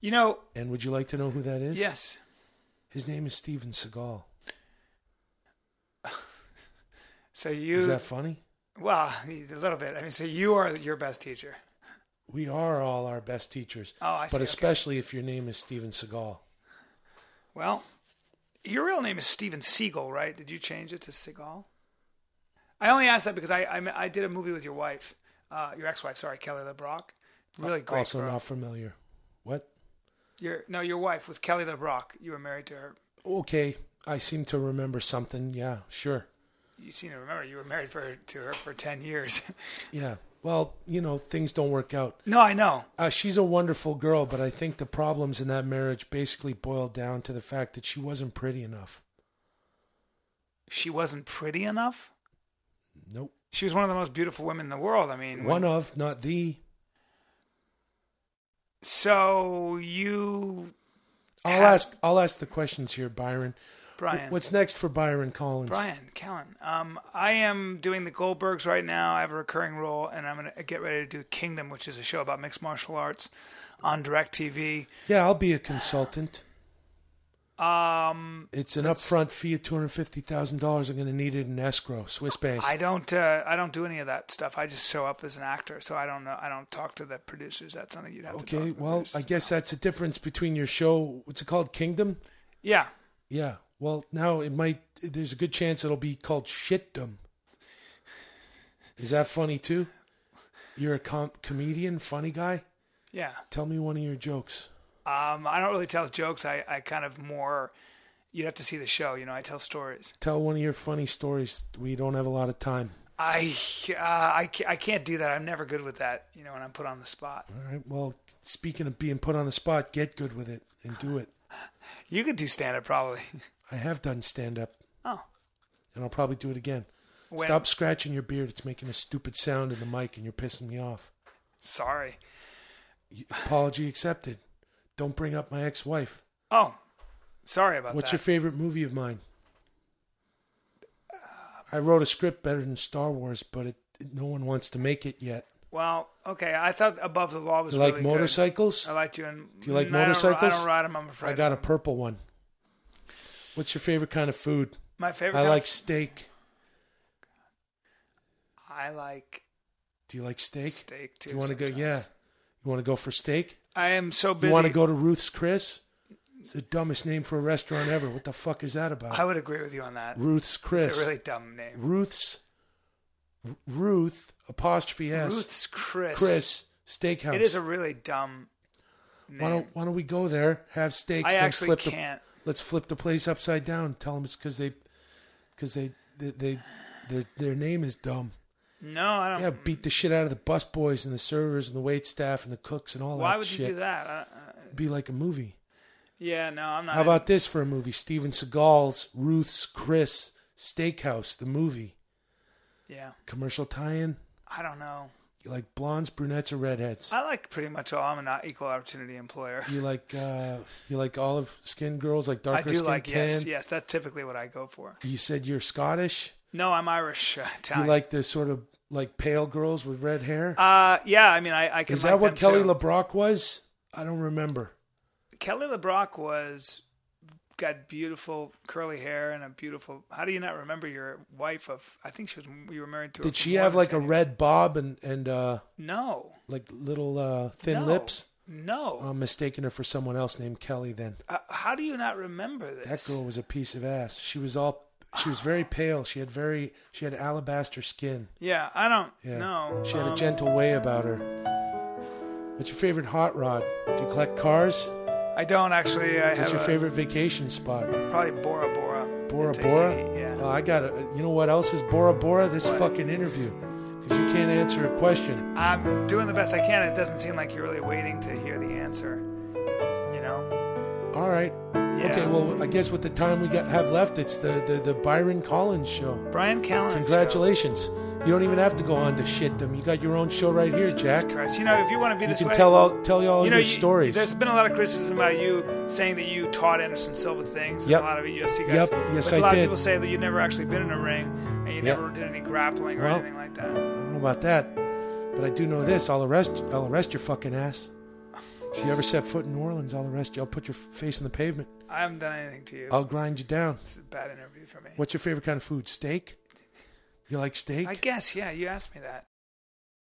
You know.
And would you like to know who that is?
Yes.
His name is Steven Seagal.
So you
Is that funny?
Well, a little bit. I mean, so you are your best teacher.
We are all our best teachers.
Oh, I see,
But
okay.
especially if your name is Steven Seagal.
Well, your real name is Steven Seagal, right? Did you change it to Seagal? I only asked that because I I, I did a movie with your wife, uh, your ex-wife. Sorry, Kelly LeBrock. Really great.
Uh, Also
girl.
not familiar. What?
Your no, your wife was Kelly LeBrock. You were married to her.
Okay, I seem to remember something. Yeah, sure.
You seem to remember you were married for to her for ten years.
Yeah. Well, you know, things don't work out.
No, I know.
Uh, she's a wonderful girl, but I think the problems in that marriage basically boiled down to the fact that she wasn't pretty enough.
she wasn't pretty enough.
Nope.
She was one of the most beautiful women in the world. I mean,
One of, not the.
So you,
I'll ask. I'll ask the questions here, Byron.
Brian.
What's next for Byron Collins?
Brian Callen. Um, I am doing the Goldbergs right now. I have a recurring role, and I'm gonna get ready to do Kingdom, which is a show about mixed martial arts on Directv.
Yeah, I'll be a consultant.
Um,
It's an upfront fee of two hundred fifty thousand dollars. I'm going to need it in escrow, Swiss bank.
I don't. Uh, I don't do any of that stuff. I just show up as an actor, so I don't know. I don't talk to the producers. That's something you'd have to.
okay, well, I guess that's the difference between your show. What's it called? Kingdom.
Yeah.
Yeah. Well, now it might. There's a good chance it'll be called Shitdom. Is that funny too? You're a com- comedian, funny guy.
Yeah.
Tell me one of your jokes.
Um, I don't really tell jokes. I, I kind of more. You'd have to see the show. You know, I tell stories.
Tell one of your funny stories. We don't have a lot of time.
I uh, I ca- I can't do that. I'm never good with that. You know, when I'm put on the spot.
All right. Well, speaking of being put on the spot, get good with it and do it.
You could do stand up probably.
I have done stand up.
Oh.
And I'll probably do it again.
When-
Stop scratching your beard. It's making a stupid sound in the mic and you're pissing me off.
Sorry.
Apology accepted. Don't bring up my ex wife.
Oh, sorry about
What's
that.
your favorite movie of mine? I wrote a script better than Star Wars, but it, no one wants to make it yet.
well, okay. I thought Above the Law was
You like
really good.
motorcycles?
I liked you. And
Do you like
I don't-
motorcycles?
I don't ride them. I'm afraid.
I got a purple one. What's your favorite kind of food?
My favorite
I
kind of
like
f-
steak.
I like.
Do you like steak?
Steak, too,
Do you want to go? Yeah. You want to go for steak?
I am so busy.
You want to go to Ruth's Chris? It's the dumbest name for a restaurant ever. What the fuck is that about?
I would agree with you on that.
Ruth's Chris.
It's a really dumb name.
Ruth's R- Ruth apostrophe S.
Ruth's Chris.
Chris Steakhouse.
It is a really dumb. Name.
why don't Why don't we go there? Have steaks.
I
then
actually
flip
can't.
The, let's flip the place upside down. Tell them it's because they, because they, they, they, their their name is dumb.
No, I don't.
Yeah, beat the shit out of the busboys and the servers and the wait staff and the cooks and all that.
Why would you
shit.
do that? I, I-
Be like a movie.
yeah, no, I'm not.
How about this for a movie? Steven Seagal's Ruth's Chris Steakhouse, the movie.
Yeah,
Commercial tie in.
I don't know.
You like blondes, brunettes, or redheads?
I like pretty much all. I'm an equal opportunity employer.
You like uh, you like olive skinned girls, like darker
I do
skin
like
tan.
yes, yes. That's typically what I go for.
You said you're Scottish.
No, I'm Irish. Uh, Italian.
You like the sort of like pale girls with red hair.
Uh, yeah. I mean, I, I can.
Is
like
that what
them,
Kelly
too.
LeBrock was? I don't remember.
Kelly LeBrock was got beautiful curly hair and a beautiful. How do you not remember your wife? Of I think she was. You were married to. her
Did
for
she
more
have
than
like
10
a red bob and and uh,
No.
like little uh, thin
No.
lips? Um,
No.
I'm mistaking her for someone else named Kelly then.
Uh, how do you not remember this?
That girl was a piece of ass. She was all she was very pale. She had very she had alabaster skin.
Yeah, I don't
Yeah.
know.
She had a
Um,
gentle way about her. What's your favorite hot rod? Do you collect cars?
Um, I don't actually. I
What's
have
your
a-
favorite vacation spot?
Probably Bora Bora.
Bora Bora? Oh, I got to You know what else is Bora Bora? This
What?
fucking interview. Because you can't answer a question.
I'm doing the best I can. It doesn't seem like you're really waiting to hear the answer. You know.
All right.
Yeah.
Okay, well, I guess with the time we got, have left, it's the, the, the Byron Collins show.
Brian Callen.
Congratulations. You don't even have to go on to shit them. You got your own show right here, Jack.
Christ, you know, if you want to be
You
this
can
way,
tell all- tell you all
you know,
your
you-
stories.
There's been a lot of criticism about you saying that you taught Anderson Silva things. and
Yep.
A lot of UFC guys.
Yep. Yes,
but
I
A lot
did.
of people say that you've never actually been in a ring and you
Yep.
never did any grappling or
Well,
anything like that.
I don't know about that, but I do know this. I'll arrest I'll arrest your fucking ass. If you ever set foot in New Orleans, I'll arrest you. I'll put your face in the pavement.
I haven't done anything to you.
I'll grind you down.
This is a bad interview for me.
What's your favorite kind of food? Steak? You like steak?
I guess, yeah. You asked me that.